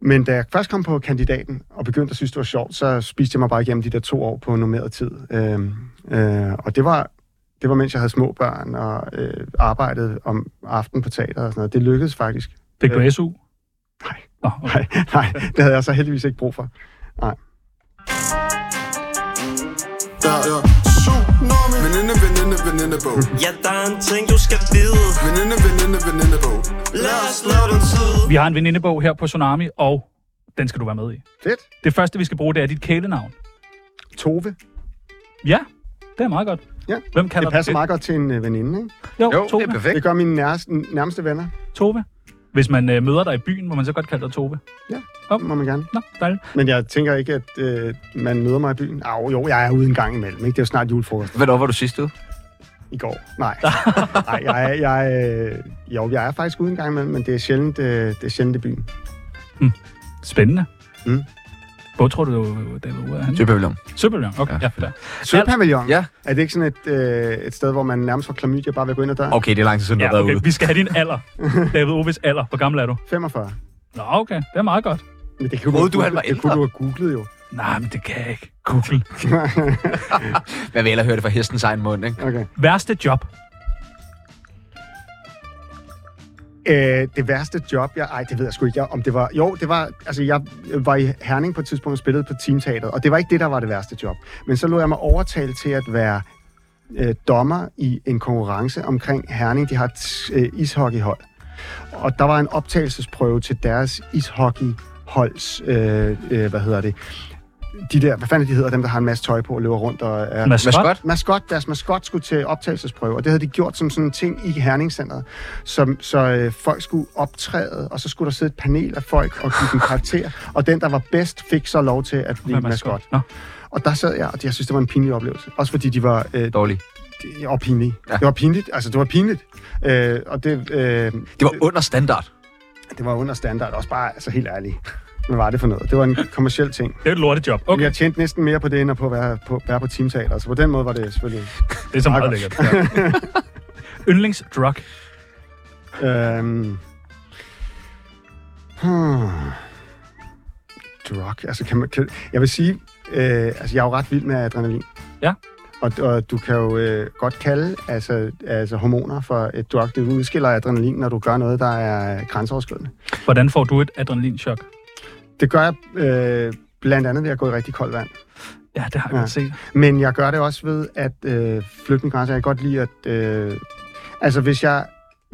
Men da jeg først kom på kandidaten og begyndte at synes, det var sjovt, så spiste jeg mig bare igennem de der to år på normeret tid. Øhm, øh, og det var, det var, mens jeg havde små børn og øh, arbejdede om aftenen på teater og sådan noget. Det lykkedes faktisk. Fik du SU? Nej. Nå, okay. Nej, nej, det havde jeg så heldigvis ikke brug for. Nej. Der er tsunami Veninde, veninde, venindebog Ja, der er en ting, du skal vide Veninde, veninde, venindebog Lad os slå den tid Vi har en venindebog her på Tsunami, og den skal du være med i. Fedt. Det første, vi skal bruge, det er dit kælenavn. Tove. Ja, det er meget godt. Ja, Hvem kalder Det passer du meget godt til en øh, veninde, ikke? Jo, Jo, Tove. det er perfekt. Det gør mine nærmeste, nærmeste venner. Tove. Hvis man øh, møder dig i byen, må man så godt kalde dig Tove. Det må man gerne. Nå, dejligt. Men jeg tænker ikke, at øh, man møder mig i byen. Au, jo, jeg er ude en gang imellem. Ikke? Det er jo snart julefrokost Hvornår var du sidst ude? i går. Nej, Nej jeg, er- jeg, jeg, jo, jeg er faktisk ude en gang imellem, men det er sjældent, øh, det er sjældent i byen. Spændende. Mm. Hvor tror du, øh, David Uwe er henne? Søbøvlom. Søbølgen. Okay, ja. Ja. ja fair. Sølvpavillon? Ja. Er det ikke sådan et, øh, et sted, hvor man nærmest får klamydia bare ved at gå ind ad døren? Okay, det er lang tid siden, du har ja, været okay. ude. Vi skal have din alder. David Oves alder. Hvor gammel er du? 45. Nå, okay. Det er meget godt. Men det kunne Troede du, have han var googlet- det kunne du ældre? have googlet jo. Nej, men det kan jeg ikke. Google. Hvad vil jeg høre det fra hestens egen mund, ikke? Okay. Værste job. Øh, det værste job, jeg... Ej, det ved jeg sgu ikke, jeg, om det var... Jo, det var... Altså, jeg var i Herning på et tidspunkt og spillede på Teamteateret, og det var ikke det, der var det værste job. Men så lå jeg mig overtale til at være øh, dommer i en konkurrence omkring Herning. De har et øh, ishockeyhold. Og der var en optagelsesprøve til deres ishockeyholds... Øh, øh, hvad hedder det? De der... Hvad fanden de hedder? Dem, der har en masse tøj på og løber rundt og er... Maskot. Maskot? Maskot, deres maskot skulle til optagelsesprøve, og det havde de gjort som sådan en ting i Herningscenteret, som, så øh, folk skulle optræde, og så skulle der sidde et panel af folk og give dem karakter, og den, der var bedst, fik så lov til at blive Hvad er maskot. Nå. Og der sad jeg, og jeg synes, det var en pinlig oplevelse. Også fordi de var øh, Dårlig. de- og pinlige. Ja. Det var pinligt, altså det var pinligt. Øh, og det, Det øh, var under standard. det var under standard, også bare altså, helt ærligt. Hvad var det for noget? Det var en kommersiel ting. Det er et lortejob. Okay. Okay, Jeg tjente næsten mere på det, end at på at være på, være på teamteater. Så på den måde var det selvfølgelig... det er så meget lækkert. Ja. Yndlingsdrug. Øhm. Hmm. Drug. Altså, kan man, kan, jeg vil sige, øh, altså, jeg er jo ret vild med adrenalin. Ja. Og, og du kan jo øh, godt kalde altså, altså hormoner for et drug. Det udskiller adrenalin, når du gør noget, der er grænseoverskridende. Hvordan får du et adrenalinchok? Det gør jeg øh, blandt andet ved at gå i rigtig koldt vand. Ja, det har jeg Ja. ja. godt set. Men jeg gør det også ved at øh, flytte min grænse. Jeg kan godt lide at... Øh, altså, hvis jeg,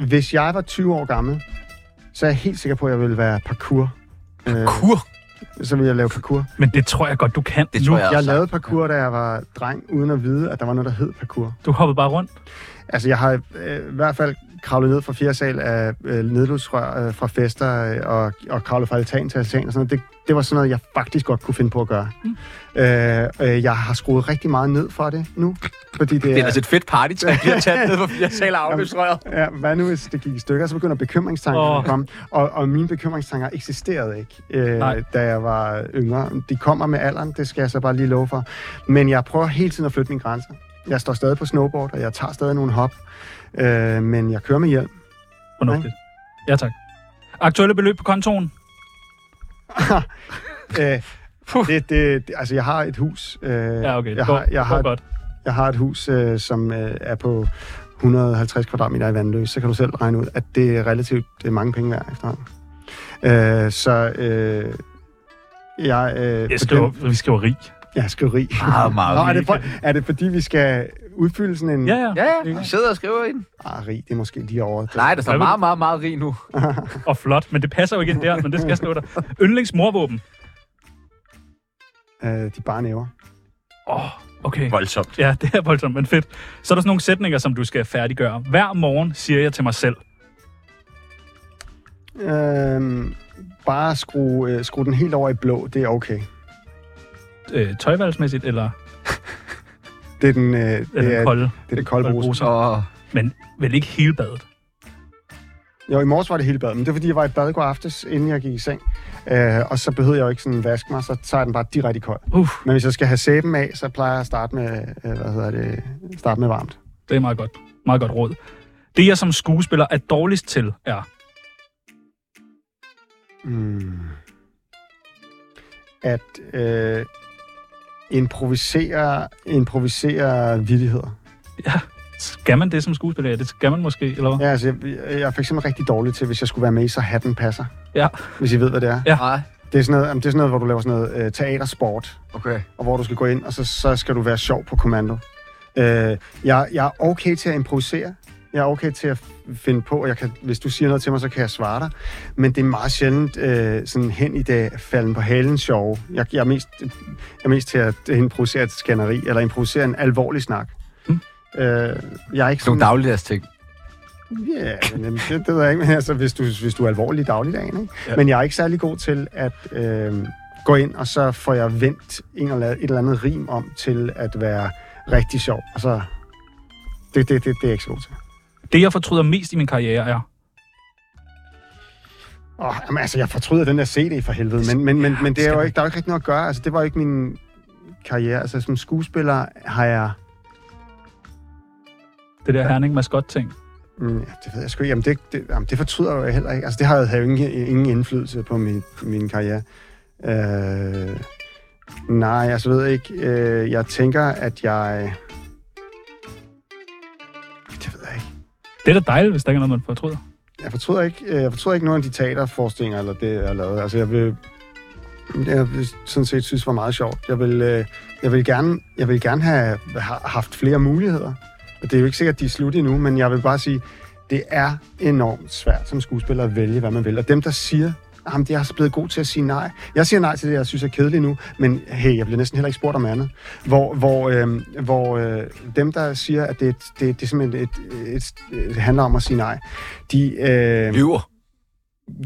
hvis jeg var 20 år gammel, så er jeg helt sikker på, at jeg ville være parkour. Parkour? Kur. Øh, så ville jeg lave parkour. Men det tror jeg godt, du kan. Det nu. tror jeg Jeg også. lavede parkour, da jeg var dreng, uden at vide, at der var noget, der hed parkour. Du hoppede bare rundt. Altså, jeg har øh, i hvert fald kravlet ned fra fjerde sal af øh, nedløbsrør øh, fra fester øh, og, og kravlet fra altan til altan og sådan noget. Det, det var sådan noget, jeg faktisk godt kunne finde på at gøre. Mm. Øh, øh, jeg har skruet rigtig meget ned for det nu, fordi det, Det er altså et fedt partytræk, vi har taget ned, hvor vi har talt afløbsrøret. Ja, hvad nu hvis det gik i stykker? Så begynder bekymringstankerne oh. Åh. at komme. Og, og mine bekymringstanker eksisterede ikke, Nej. øh, da jeg var yngre. De kommer med alderen, det skal jeg så bare lige love for. Men jeg prøver hele tiden at flytte mine grænser. Jeg står stadig på snowboard, og jeg tager stadig nogle hop. Øh, men jeg kører med hjælp. Fornuftigt. Ja, tak. Aktuelle beløb på kontoen? Øh, det, det, det, altså, jeg har et hus. Øh, Ja, okay. Det Jeg går, har, jeg, går har, godt. jeg har et hus, øh, som øh, er på 150 kvadratmeter i vandløs, så kan du selv regne ud, at det er relativt det er mange penge værd efterhånden. Øh, så øh, jeg... Øh, Jeg på skriver, den- vi skriver rig. Jeg skriver rig. Ah, Meget, meget Nå, er, rig. det for, er det fordi, vi skal udfylde sådan en... Ja, ja. Ja, ja. Jeg sidder og skriver i den. Ah, rig, det er måske lige over. Nej, der står Hvad vil- meget, meget, meget rig nu. Og flot, men det passer jo ikke ind der, men det skal jeg slå dig. Yndlingsmorvåben. Øh, de bare næver. Åh, oh, okay. Voldsomt. Ja, det er voldsomt, men fedt. Så er der sådan nogle sætninger, som du skal færdiggøre. Hver morgen siger jeg til mig selv. Øh, bare skrue, øh, skrue den helt over i blå, det er okay. Øh, tøjvalgsmæssigt, eller Det er den, øh, det, er den er, kolde? det er det kolde kolde brus. bruser? Og Men vel ikke hele badet. Jo, i morges var det hele bad, men det er fordi, jeg var i bad i går aftes, inden jeg gik i seng. Øh, og så behøvede jeg jo ikke sådan vaske mig, så tager jeg den bare direkte i kold. Uff, Men hvis jeg skal have sæben af, så plejer jeg at starte med, øh, hvad hedder det, starte med varmt. det er meget godt. Meget godt råd. Det, jeg som skuespiller er dårligst til, er... Mm. At øh, improvisere, improvisere vittigheder. Skal man det som skuespiller? Ja, det skal man måske, eller hvad? Ja, altså, jeg, jeg er for eksempel rigtig dårlig til, hvis jeg skulle være med i, så hatten passer. Ja. Hvis I ved, hvad det er. Ja. nej, Det er sådan noget, jamen, det er sådan noget hvor du laver sådan noget øh, teatersport, okay. og hvor du skal gå ind, og så, så skal du være sjov på kommando. Øh, jeg, jeg er okay til at improvisere. Jeg er okay til at f- finde på, og jeg kan, hvis du siger noget til mig, så kan jeg svare dig. Men det er meget sjældent øh, sådan hen i det falden på halen sjov. Jeg, jeg, er mest, jeg er mest til at improvisere et skænderi, eller improvisere en alvorlig snak. Mm. Øh, jeg er ikke Sådan nogle sådan... dagligdags ting. Ja, men, jamen, det, det ved jeg ikke, men altså, hvis, du, hvis du er alvorlig i dagligdagen. Ikke? Ja. Men jeg er ikke særlig god til at øh, gå ind, og så får jeg vendt en eller et eller andet rim om til at være rigtig sjov. Og så, det, det, det, det er jeg ikke så god til. Det, jeg fortryder mest i min karriere, er... Åh, jamen, altså, jeg fortryder den der CD for helvede, men, men, men, men det er jo ikke, der er jo ikke rigtig noget at gøre. Altså, det var jo ikke min karriere. Altså, som skuespiller har jeg... Det der herning maskot ting Mm, ja, det ved jeg sgu ikke. Jamen, det, det, jamen, det fortryder jeg jo heller ikke. Altså, det har jo havde jo ingen, ingen indflydelse på min, min karriere. Øh, nej, altså, ved jeg ikke. Øh, jeg tænker, at jeg... Det ved jeg ikke. Det er da dejligt, hvis der ikke er noget, man fortryder. Jeg fortryder ikke, øh, jeg fortryder ikke nogen af de teaterforestillinger, eller det, jeg lavede. Altså, jeg vil, jeg vil sådan set synes, det var meget sjovt. Jeg vil, øh, jeg vil gerne, jeg vil gerne have, have haft flere muligheder. Og det er jo ikke sikkert, at de er slut endnu, men jeg vil bare sige, det er enormt svært som skuespiller at vælge, hvad man vil. Og dem, der siger, jamen, jeg er så blevet god til at sige nej. Jeg siger nej til det, jeg synes er kedeligt nu, men hey, jeg bliver næsten heller ikke spurgt om andet. Hvor, hvor, øh, hvor øh, dem, der siger, at det, er et- det, det er simpelthen et, et, et, det handler om at sige nej, de, øh, Lyver.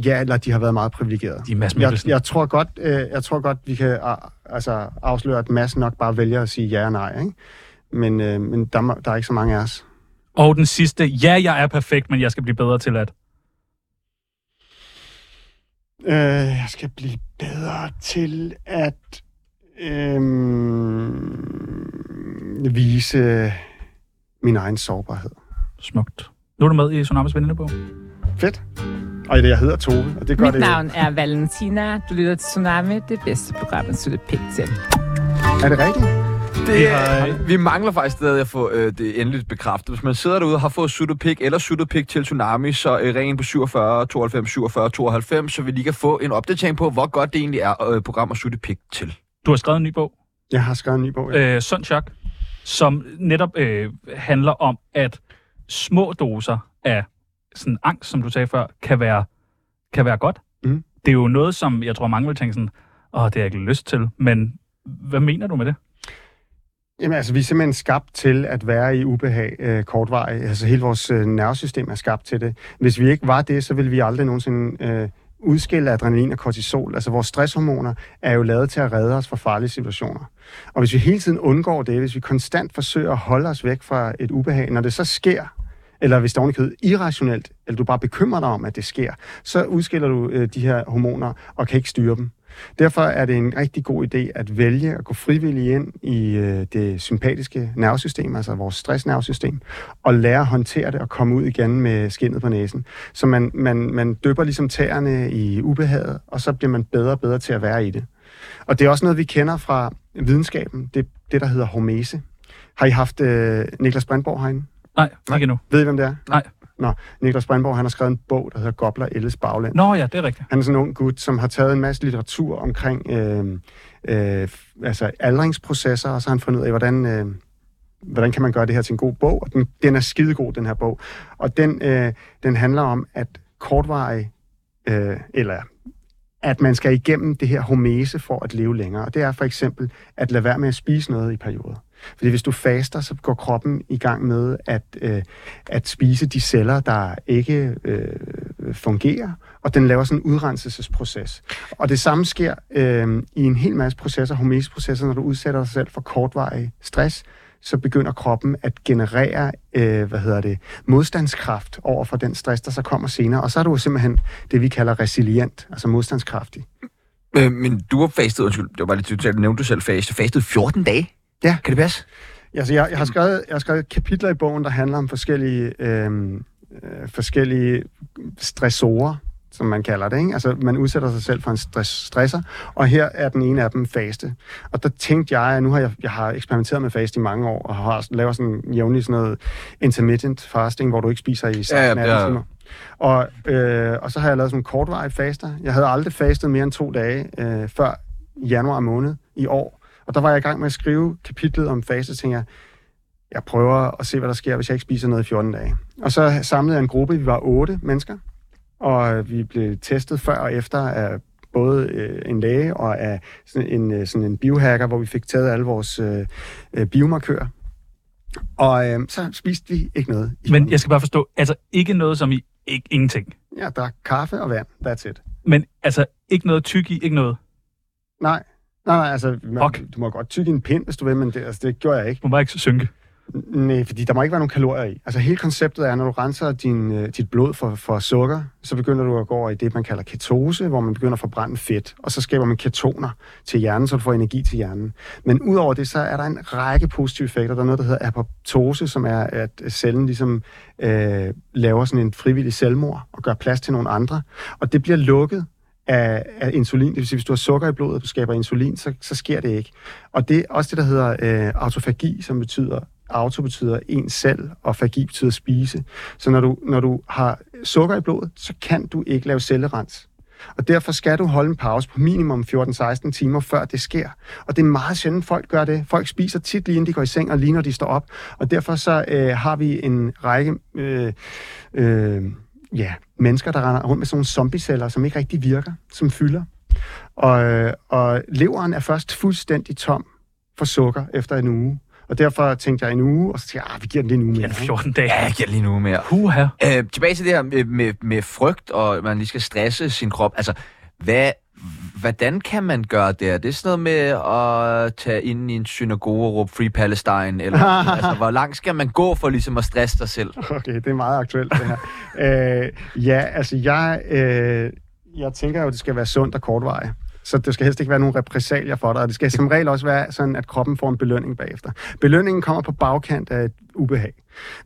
ja, eller de har været meget privilegerede. De er Mads Jeg, Mikkelsen. jeg, tror godt, øh, jeg tror godt, vi kan a- altså, afsløre, at massen nok bare vælger at sige ja og nej. Ikke? Men, øh, men der, må- der er ikke så mange af os. Og den sidste. Ja, jeg er perfekt, men jeg skal blive bedre til at... Øh, jeg skal blive bedre til at øh, vise min egen sårbarhed. Smukt. Nu er du med i Tsunamis venindebog. Fedt. Og det, jeg hedder Tove, og det gør Mit det jo. navn er Valentina. Du lytter til Tsunami, det bedste program, man slutter pænt til. Er det rigtigt? Det, Vi vi, har- har... øh, vi mangler faktisk stadig at få øh, det endeligt bekræftet. Hvis man sidder derude og har fået Sudopik eller Sudopik til Tsunami, så øh, ring ind på 47 92 47 92, så vi lige kan få en opdatering på, hvor godt det egentlig er øh, program og Sudopik til. Du har skrevet en ny bog, Jeg har skrevet en ny bog. ja. øh, Sund Chok, som netop øh, handler om, at små doser af sådan angst, som du sagde før, kan være, kan være godt. Mm. Det er jo noget, som jeg tror, mange vil tænke sådan, åh, det har jeg ikke lyst til, men hvad mener du med det? Jamen altså, vi er simpelthen skabt til at være i ubehag øh, kortvarigt. Altså hele vores øh, nervesystem er skabt til det. Hvis vi ikke var det, så ville vi aldrig nogensinde øh, udskille adrenalin og kortisol. Altså vores stresshormoner er jo lavet til at redde os fra farlige situationer. Og hvis vi hele tiden undgår det, hvis vi konstant forsøger at holde os væk fra et ubehag, når det så sker, eller hvis det ovenikødet er irrationelt, eller du bare bekymrer dig om, at det sker, så udskiller du øh, de her hormoner og kan ikke styre dem. Derfor er det en rigtig god idé at vælge at gå frivilligt ind i øh, det sympatiske nervesystem, altså vores stressnervesystem, og lære at håndtere det og komme ud igen med skinnet på næsen. Så man, man, man døber ligesom tæerne i ubehaget, og så bliver man bedre og bedre til at være i det. Og det er også noget, vi kender fra videnskaben, det, det der hedder hormese. Har I haft øh, Niklas Brandborg herinde? Nej, ikke endnu. Ved I, hvem det er? Nej. Nå, Niklas Brandborg, han har skrevet en bog, der hedder Gobler Elles Bagland. Nå ja, det er rigtigt. Han er sådan en ung gut, som har taget en masse litteratur omkring øh, øh, f- altså aldringsprocesser, og så har han fundet ud af, hvordan, øh, hvordan kan man gøre det her til en god bog? Og den, den er skidegod, den her bog. Og den, øh, den handler om, at kortvarig, øh, eller at man skal igennem det her homese for at leve længere. Og det er for eksempel at lade være med at spise noget i perioder. Fordi hvis du faster, så går kroppen i gang med at, øh, at spise de celler, der ikke øh, fungerer, og den laver sådan en udrenselsesproces. Og det samme sker øh, i en hel masse processer, homeseprocesser, når du udsætter dig selv for kortvarig stress, så begynder kroppen at generere, øh, hvad hedder det, modstandskraft over for den stress, der så kommer senere. Og så er du jo simpelthen det, vi kalder resilient, altså modstandskraftig. Øh, men du har fastet, undskyld, det var bare lidt tydeligt, du nævnte du selv faste, fastet 14 dage. Ja. Kan det passe? Altså, jeg, jeg, har skrevet, jeg har skrevet kapitler i bogen, der handler om forskellige, øh, øh, forskellige stressorer, som man kalder det. Ikke? Altså, man udsætter sig selv for en stress, stresser, og her er den ene af dem faste. Og der tænkte jeg, at nu har jeg, jeg har eksperimenteret med faste i mange år, og har, laver sådan jævnligt sådan noget intermittent fasting, hvor du ikke spiser i 16-18 Ja, ja, ja. timer. Og, øh, og så har jeg lavet sådan nogle kortvarige faster. Jeg havde aldrig fastet mere end to dage øh, før januar måned i år. Og der var jeg i gang med at skrive kapitlet om faste, så tænkte jeg, jeg prøver at se, hvad der sker, hvis jeg ikke spiser noget i 14 dage. Og så samlede jeg en gruppe, vi var otte mennesker, og øh, vi blev testet før og efter af både øh, en læge og af sådan en, øh, sådan en biohacker, hvor vi fik taget alle vores øh, øh, biomarkører. Og øh, så spiste vi ikke noget. i 14 Men jeg skal bare forstå, altså ikke noget som i ikke, ingenting. dage. Jeg drak kaffe og vand, that's it. Men altså ikke noget tyk i, ikke noget. Nej, nej, nej altså, man, Fuck. du må godt tykke en pind, hvis du vil, men det, altså, det gjorde jeg ikke. Du må bare ikke synke. Nej, fordi der må ikke være nogen kalorier i. Altså hele konceptet er, når du renser din, øh, dit blod for, for sukker, så begynder du at gå over i det, man kalder ketose, hvor man begynder at forbrænde fedt, og så skaber man ketoner til hjernen, så du får energi til hjernen. Men udover det, så er der en række positive effekter. Der er noget, der hedder apoptose, som er, at cellen ligesom øh, laver sådan en frivillig selvmord og gør plads til nogle andre, og det bliver lukket af, af insulin. Det vil sige, hvis du har sukker i blodet, og du skaber insulin, så, så sker det ikke. Og det er også det, der hedder øh, autofagi, som betyder, auto betyder en selv, og fagi betyder spise. Så når du, når du har sukker i blodet, så kan du ikke lave cellerens. Og derfor skal du holde en pause på minimum 14-16 timer, før det sker. Og det er meget sjældent, folk gør det. Folk spiser tit lige inden de går i seng, og lige når de står op. Og derfor så øh, har vi en række øh, øh, ja, mennesker, der render rundt med sådan nogle zombieceller, som ikke rigtig virker, som fylder. Og, øh, og leveren er først fuldstændig tom for sukker efter en uge. Og derfor tænkte jeg en uge, og så tænkte jeg, "Ah, vi giver den lige en uge mere. Ja, ikke? 14 dage. Ja, jeg giver det lige nu mere. Puha. Øh, tilbage til det her med, med, med frygt, og at man lige skal stresse sin krop. Altså, hvad, hvordan kan man gøre det? Er det sådan noget med at tage ind i en synagoge og råbe Free Palestine? Eller, altså, hvor langt skal man gå for ligesom at stresse dig selv? Okay, det er meget aktuelt, det her. øh, ja, altså jeg, øh, jeg tænker jo, at det skal være sundt og kortvarigt. Så det skal helst ikke være nogen repressalier for dig, og det skal som regel også være sådan, at kroppen får en belønning bagefter. Belønningen kommer på bagkant af et ubehag.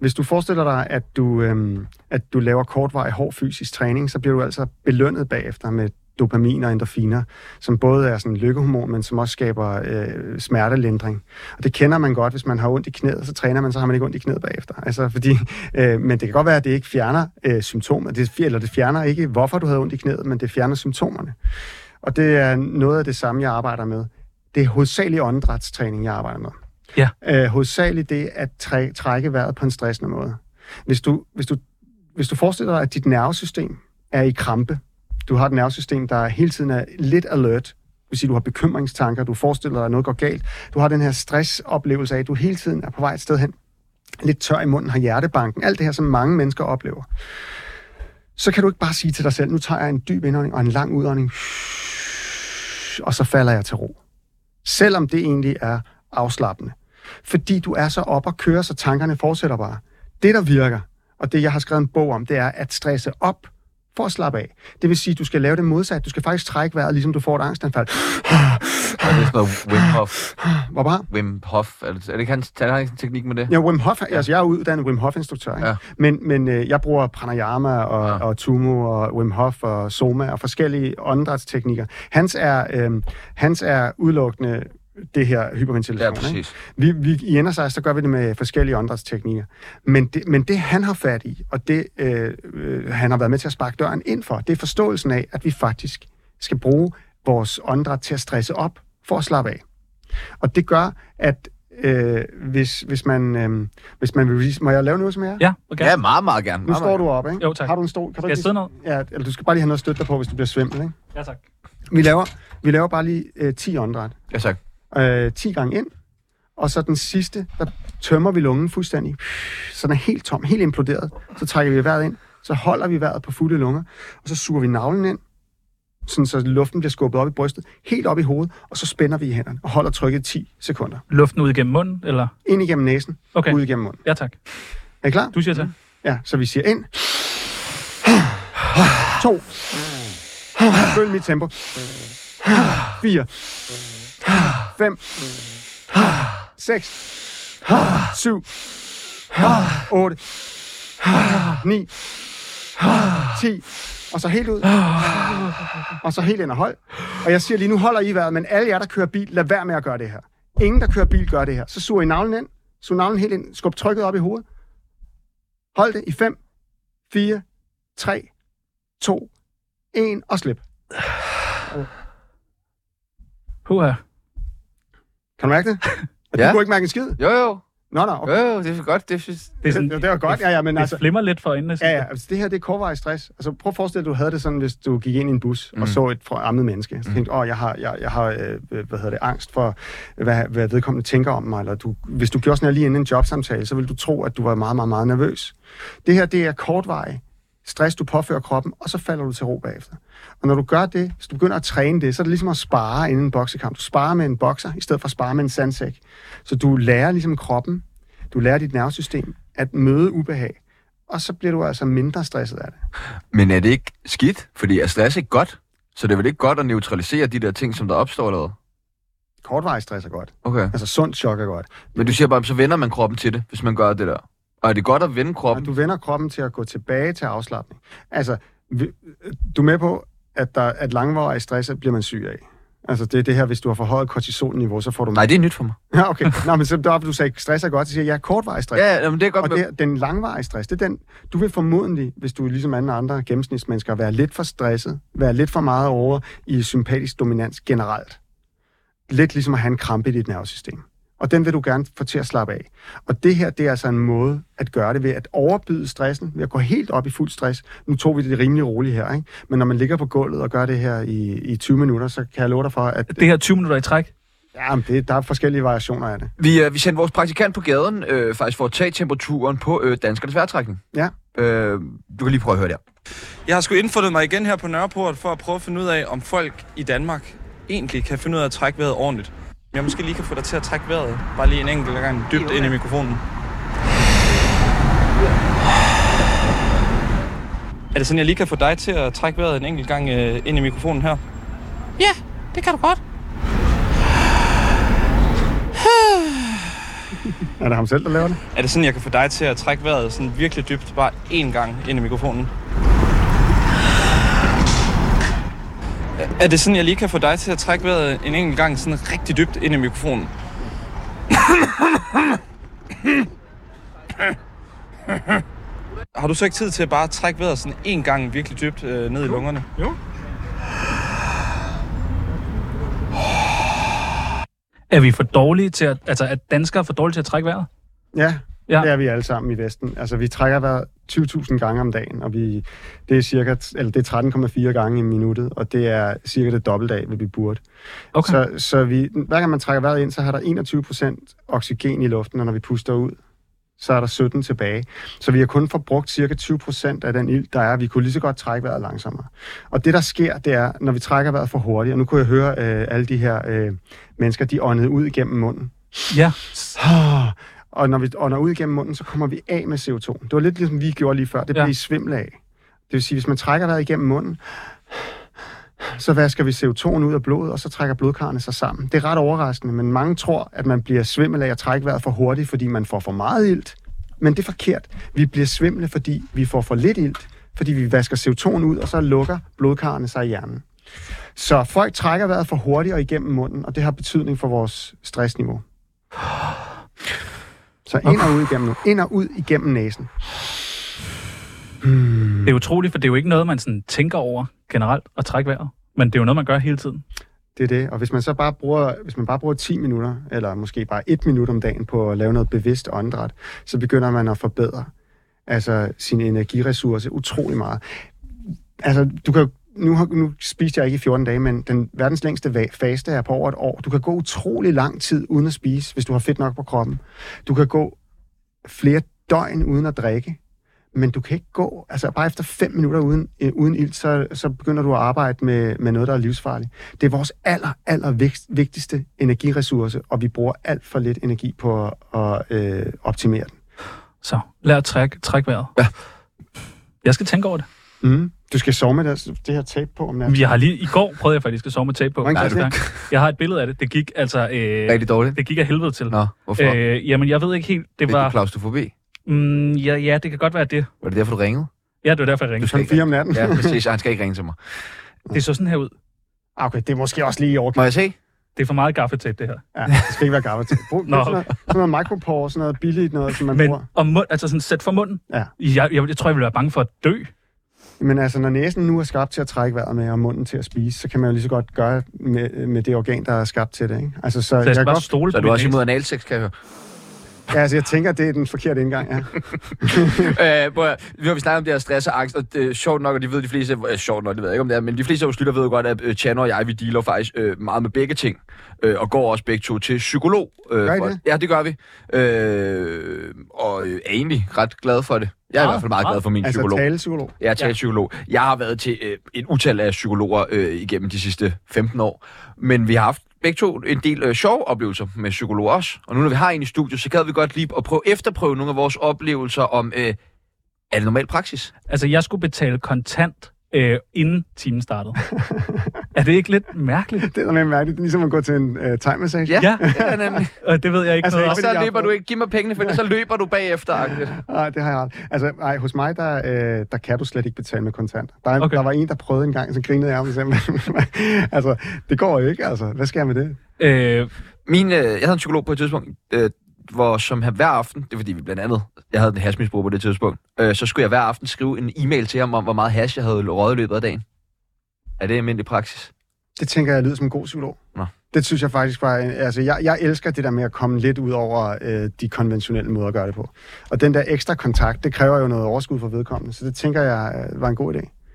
Hvis du forestiller dig, at du, øhm, at du laver kortvarig hård fysisk træning, så bliver du altså belønnet bagefter med dopamin og endorfiner, som både er sådan lykkehormon, men som også skaber øh, smertelindring. Og det kender man godt, hvis man har ondt i knæet, så træner man, så har man ikke ondt i knæet bagefter. Altså, fordi, øh, men det kan godt være, at det ikke fjerner øh, symptomer, det, fjer- eller det fjerner ikke, hvorfor du havde ondt i knæet, men det fjerner symptomerne. Og det er noget af det samme, jeg arbejder med. Det er hovedsageligt åndedrætstræning, jeg arbejder med. Ja. Øh, hovedsageligt det at træ- trække vejret på en stressende måde. Hvis du, hvis, du, hvis du forestiller dig, at dit nervesystem er i krampe, du har et nervesystem, der hele tiden er lidt alert, det vil sige, du har bekymringstanker, du forestiller dig, at noget går galt, du har den her stressoplevelse af, at du hele tiden er på vej et sted hen, lidt tør i munden, har hjertebanken, alt det her, som mange mennesker oplever. Så kan du ikke bare sige til dig selv, nu tager jeg en dyb indånding og en lang udånding, og så falder jeg til ro. Selvom det egentlig er afslappende. Fordi du er så op og kører, så tankerne fortsætter bare. Det, der virker, og det, jeg har skrevet en bog om, det er at stresse op for at slappe af. Det vil sige, at du skal lave det modsat. Du skal faktisk trække vejret, ligesom du får et angstanfald. Er det sådan noget Wim Hof? Hvor bare? Wim Hof? Er det, er det ikke hans, han har ikke sådan en teknik med det? Ja, Wim Hof, altså jeg er uddannet Wim Hof-instruktør, ikke? Ja. Ja. men, men øh, jeg bruger pranayama og, Ja. ja. og tumo og Wim Hof og soma og forskellige åndedrætsteknikker. Hans er, øh, hans er udelukkende det her Ja, hyperventilation. ikke? præcis. Vi, vi, I NSI, så gør vi det med forskellige åndedrætsteknikker. Men det, men det, han har fat i, og det, øh, øh, han har været med til at sparke døren ind for, det er forståelsen af, at vi faktisk skal bruge vores åndedræt til at stresse op for at slappe af. Og det gør, at øh, hvis, hvis, man, øh, hvis man vil release... Må jeg lave noget som jeg? Ja, okay. Ja, meget, meget gerne. Nu Meget, står meget. du op, ikke? Jo, tak. Har du en stol? Kan Skal jeg sidde ned? Ja, eller du skal bare lige have noget at støtte dig på, hvis du bliver svimmel, ikke? Ja, tak. Vi laver, vi laver bare lige øh, 10 åndedræt. Ja, tak. Øh, 10 gange ind. Og så den sidste, der tømmer vi lungen fuldstændig. Så den er helt tom, helt imploderet. Så trækker vi vejret ind. Så holder vi vejret på fulde lunger. Og så suger vi navlen ind. Sådan, så luften bliver skubbet op i brystet. Helt op i hovedet. Og så spænder vi i hænderne. Og holder trykket i 10 sekunder. Luften ud igennem munden, eller? Ind igennem næsen. Okay. Ud igennem munden. Ja, tak. Er I klar? Du siger til. Ja, så vi siger ind. To. Følg mit tempo. Fire. Fem. Seks. Syv. Otte. Ni. Ti. Og så helt ud. Og så helt ind og hold. Og jeg siger lige, nu holder I vejret, men alle jer, der kører bil, lad være med at gøre det her. Ingen, der kører bil, gør det her. Så suger I navlen ind. Sug navlen helt ind. Skub trykket op i hovedet. Hold det i 5, 4, 3, 2, 1 og slip. Puha. Kan du mærke det? Ja. Du kunne ikke mærke en skid? Jo, jo. Nå, nå, okay. Jo, jo, det er godt. Det synes... Det, er sådan, Det, det var godt. Ja, ja, men det altså... flimmer lidt for øjnene. Ja, ja, altså det her, det er kortvarig stress. Altså prøv at forestille dig, at du havde det sådan, hvis du gik ind i en bus mm. og så et fremmed menneske. Så tænkte du, åh, jeg har, jeg, jeg har øh, hvad hedder det, angst for, hvad, hvad vedkommende tænker om mig. Eller du, hvis du gjorde sådan her lige inden en jobsamtale, så ville du tro, at du var meget, meget, meget nervøs. Det her, det er kortvarig stress, du påfører kroppen, og så falder du til ro bagefter. Og når du gør det, hvis du begynder at træne det, så er det ligesom at spare inden en boksekamp. Du sparer med en bokser, i stedet for at spare med en sandsæk. Så du lærer ligesom kroppen, du lærer dit nervesystem at møde ubehag, og så bliver du altså mindre stresset af det. Men er det ikke skidt? Fordi er stress ikke godt? Så det er vel ikke godt at neutralisere de der ting, som der opstår eller hvad? Kortvarig stress er godt. Okay. Altså sundt chok er godt. Men du siger bare, så vender man kroppen til det, hvis man gør det der. Og er det godt at vende Og kroppen? du vender kroppen til at gå tilbage til afslappning. Altså, vi- du er med på, at, der, at langvarig stress bliver man syg af. Altså, det er det her, hvis du har forhøjet kortisolniveau, så får du... Nej, det er nyt for mig. Ja, okay. Nå, men så deroppe, du sagde, stress er godt, så siger jeg, ja, kortvarig stress. Ja, ja, men det er godt. Og det, er- den langvarige stress, det er den, du vil formodentlig, hvis du er ligesom andre, andre gennemsnitsmennesker, være lidt for stresset, være lidt for meget over i sympatisk dominans generelt. Lidt ligesom at have en krampe i dit nervesystem. Og den vil du gerne få til at slappe af. Og det her, det er altså en måde at gøre det ved at overbyde stressen, ved at gå helt op i fuld stress. Nu tog vi det rimelig roligt her, ikke? Men når man ligger på gulvet og gør det her i, i 20 minutter, så kan jeg love dig for, at Det her 20 minutter i træk. ja, det, der er forskellige variationer af det. Vi, øh, vi sendte vores praktikant på gaden øh, faktisk for at tage temperaturen på øh, danskernes vejrtrækning. Ja. Øh, du kan lige prøve at høre der. Jeg har sgu indfundet mig igen her på Nørreport for at prøve at finde ud af, om folk i Danmark egentlig kan finde ud af at trække vejret ordentligt. Jeg måske lige kan få dig til at trække vejret, bare lige en enkelt gang dybt ind i mikrofonen. Er det sådan, jeg lige kan få dig til at trække vejret en enkelt gang øh, ind i mikrofonen her? Ja, det kan du godt. Er det ham selv, der laver det? Er det sådan, jeg kan få dig til at trække vejret sådan virkelig dybt, bare én gang ind i mikrofonen? Er- Er det sådan, jeg lige kan få dig til at trække vejret en enkelt gang sådan rigtig dybt ind i mikrofonen? Har du så ikke tid til at bare trække vejret sådan en gang virkelig dybt øh, ned i lungerne? Er vi for dårlige til at... Altså, er danskere for dårlige til at trække vejret? Ja, Ja. ja, det er vi alle sammen i Vesten. Altså, vi trækker hver 20.000 gange om dagen, og vi, det er cirka, eller det er 13,4 gange i minuttet, og det er cirka det dobbelte af, hvad vi burde. Okay. Så, så vi, hver gang man trækker vejret ind, så har der 21 procent oxygen i luften, og når vi puster ud, så er der 17 tilbage. Så vi har kun forbrugt cirka 20 procent af den ild, der er. Vi kunne lige så godt trække vejret langsommere. Og det, der sker, det er, når vi trækker vejret for hurtigt, og nu kunne jeg høre øh, alle de her øh, mennesker, de åndede ud igennem munden. Ja. Og når vi ånder ud gennem munden, så kommer vi af med CO2. Det var lidt ligesom vi gjorde lige før. Det Ja. ja. bliver I svimmel af. Det vil sige, hvis man trækker vejret igennem munden, så vasker vi CO2'en ud af blodet, og så trækker blodkarrene sig sammen. Det er ret overraskende, men mange tror, at man bliver svimmel af at trække vejret for hurtigt, fordi man får for meget ilt. Men det er forkert. Vi bliver svimle, fordi vi får for lidt ilt, fordi vi vasker CO2'en ud, og så lukker blodkarrene sig i hjernen. Så folk trækker vejret for hurtigt og igennem munden, og det har betydning for vores stressniveau. Så ind og ud igennem nu. Ind og ud igennem næsen. Det er utroligt, for det er jo ikke noget, man sådan tænker over generelt at trække vejret. Men det er jo noget, man gør hele tiden. Det er det. Og hvis man så bare bruger, hvis man bare bruger 10 minutter, eller måske bare et minut om dagen på at lave noget bevidst åndedræt, så begynder man at forbedre altså, sine energiressourcer utrolig meget. Altså, du kan jo- nu, har, nu spiste jeg ikke i 14 dage, men den verdens længste va- faste er på over et år. Du kan gå utrolig lang tid uden at spise, hvis du har fedt nok på kroppen. Du kan gå flere døgn uden at drikke, men du kan ikke gå, altså bare efter 5 minutter uden, øh, uden ild, så, så begynder du at arbejde med, med noget, der er livsfarligt. Det er vores aller, aller vigst- vigtigste energiressource, og vi bruger alt for lidt energi på at, at øh, optimere den. Så lad at trække, trække vejret. Ja. Jeg skal tænke over det. Mm. Du skal sove med det, det her tape på om natten. Jeg har lige, I går prøvede jeg faktisk at sove med tape på. Hvordan gik Første det? gang. Jeg har et billede af det. Det gik altså... Øh, Rigtig dårligt. det gik af helvede til. Nå, hvorfor? Øh, Øh, jamen, jeg ved ikke helt. Det det var... var... klaustrofobi? Mm, ja, ja, det kan godt være det. Var det derfor, du ringede? Ja, det var derfor, jeg ringede. Klokken fire om natten. Ja, præcis. Han skal ikke ringe til mig. Det så sådan her ud. Ah, Okay, det er måske også lige i orden. Må jeg se? Det er for meget gaffetape, det her. Ja, det skal ikke være gavet til. Brug Nå. Nå. sådan noget, sådan noget micropore, sådan noget billigt noget, som man Men... Men bruger. om mund, altså sådan sæt for munden. Ja. Jeg, jeg, jeg tror, jeg ville være bange for at dø. Men altså, når næsen nu er skabt til at trække vejret med, og munden til at spise, så kan man jo lige så godt gøre med, med det organ, der er skabt til det. Ikke? Altså, så, Så jeg kan skal bare godt- stole Så er på du min også næse. imod analsex, kan jeg høre. ja, altså, jeg tænker, det er den forkerte indgang. Ja. Øh, prøv at, høre. nu har vi snakket om det her stress og angst, og det er sjovt nok, og det ved de fleste, øh, sjovt nok, det ved jeg ikke om det er, men de fleste af vores lyttere ved jo godt, at øh, Chan og jeg, vi dealer faktisk øh, meget med begge ting, øh, og går også begge to til psykolog. Øh, Gør I for- det? Ja, det gør vi. Øh, og øh, er egentlig ret glad for det. Jeg er i Ah, hvert fald meget ah. glad for min Altså, psykolog. talepsykolog. Jeg er talepsykolog. Jeg har været til øh, en utal af psykologer øh, igennem de sidste 15 år. Men vi har haft begge to en del øh, sjove oplevelser med psykologer også. Og nu når vi har en i studiet, så gad vi godt lige at prøve efterprøve nogle af vores oplevelser om, øh, er det normal praksis? Altså, jeg skulle betale kontant, øh, inden timen startede. er det ikke lidt mærkeligt? Det er noget mærkeligt. Det er ligesom at gå til en uh, time-massage. Ja. ja nemlig. Og det ved jeg ikke Altså, altså, noget Og ikke- om. så fordi jeg løber har du fået- ikke. Giv mig pengene, for ellers så løber du bagefter. agtigt. Nej, det har jeg aldrig. Altså, ej, hos mig, der, øh, der kan du slet ikke betale med kontanter. Der, er- Okay. der var en, der prøvede en gang, så grinede jeg om simpelthen. altså, det går jo ikke, altså. Hvad skal jeg med det? Øh, Min, øh, jeg havde en psykolog på et tidspunkt, øh, hvor som her hver aften, det er fordi vi blandt andet, jeg havde en hashmisbrug på det tidspunkt, øh, så skulle jeg hver aften skrive en e-mail til ham om, hvor meget hash jeg havde røget i løbet af dagen. Er det almindelig praksis? Det tænker jeg lyder som en god psykolog. Nå. Det synes jeg faktisk var... en- Altså, jeg, jeg elsker det der med at komme lidt ud over øh, de konventionelle måder at gøre det på. Og den der ekstra kontakt, det kræver jo noget overskud fra vedkommende. Så det tænker jeg øh, var en god idé.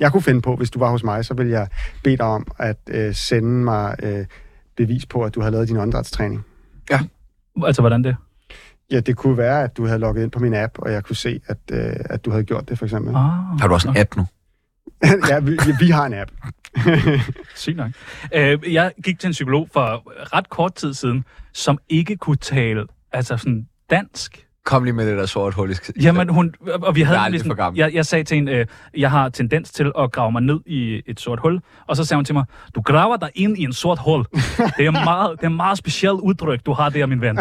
Jeg kunne finde på, hvis du var hos mig, så ville jeg bede dig om at øh, sende mig øh, bevis på, at du havde lavet din åndedrætstræning. altså, hvordan det? Ja, det kunne være, at du havde logget ind på min app, og jeg kunne se, at, øh, at du havde gjort det, for eksempel. Ah, Har du også en app nu? ja, vi, ja, vi har en app. Sygt nok. Øh, jeg gik til en psykolog for ret kort tid siden, som ikke kunne tale altså sådan dansk. Kom lige med det der sort hul. i sk- Jamen, hun, og vi havde Jeg er nemlig aldrig sådan- for gammel. jeg, jeg sagde til hende, øh, jeg har tendens til at grave mig ned i et sort hul, og så sagde hun til mig, du graver dig ind i en sort hul. Det er meget, det er meget specielt udtryk, du har der, min ven.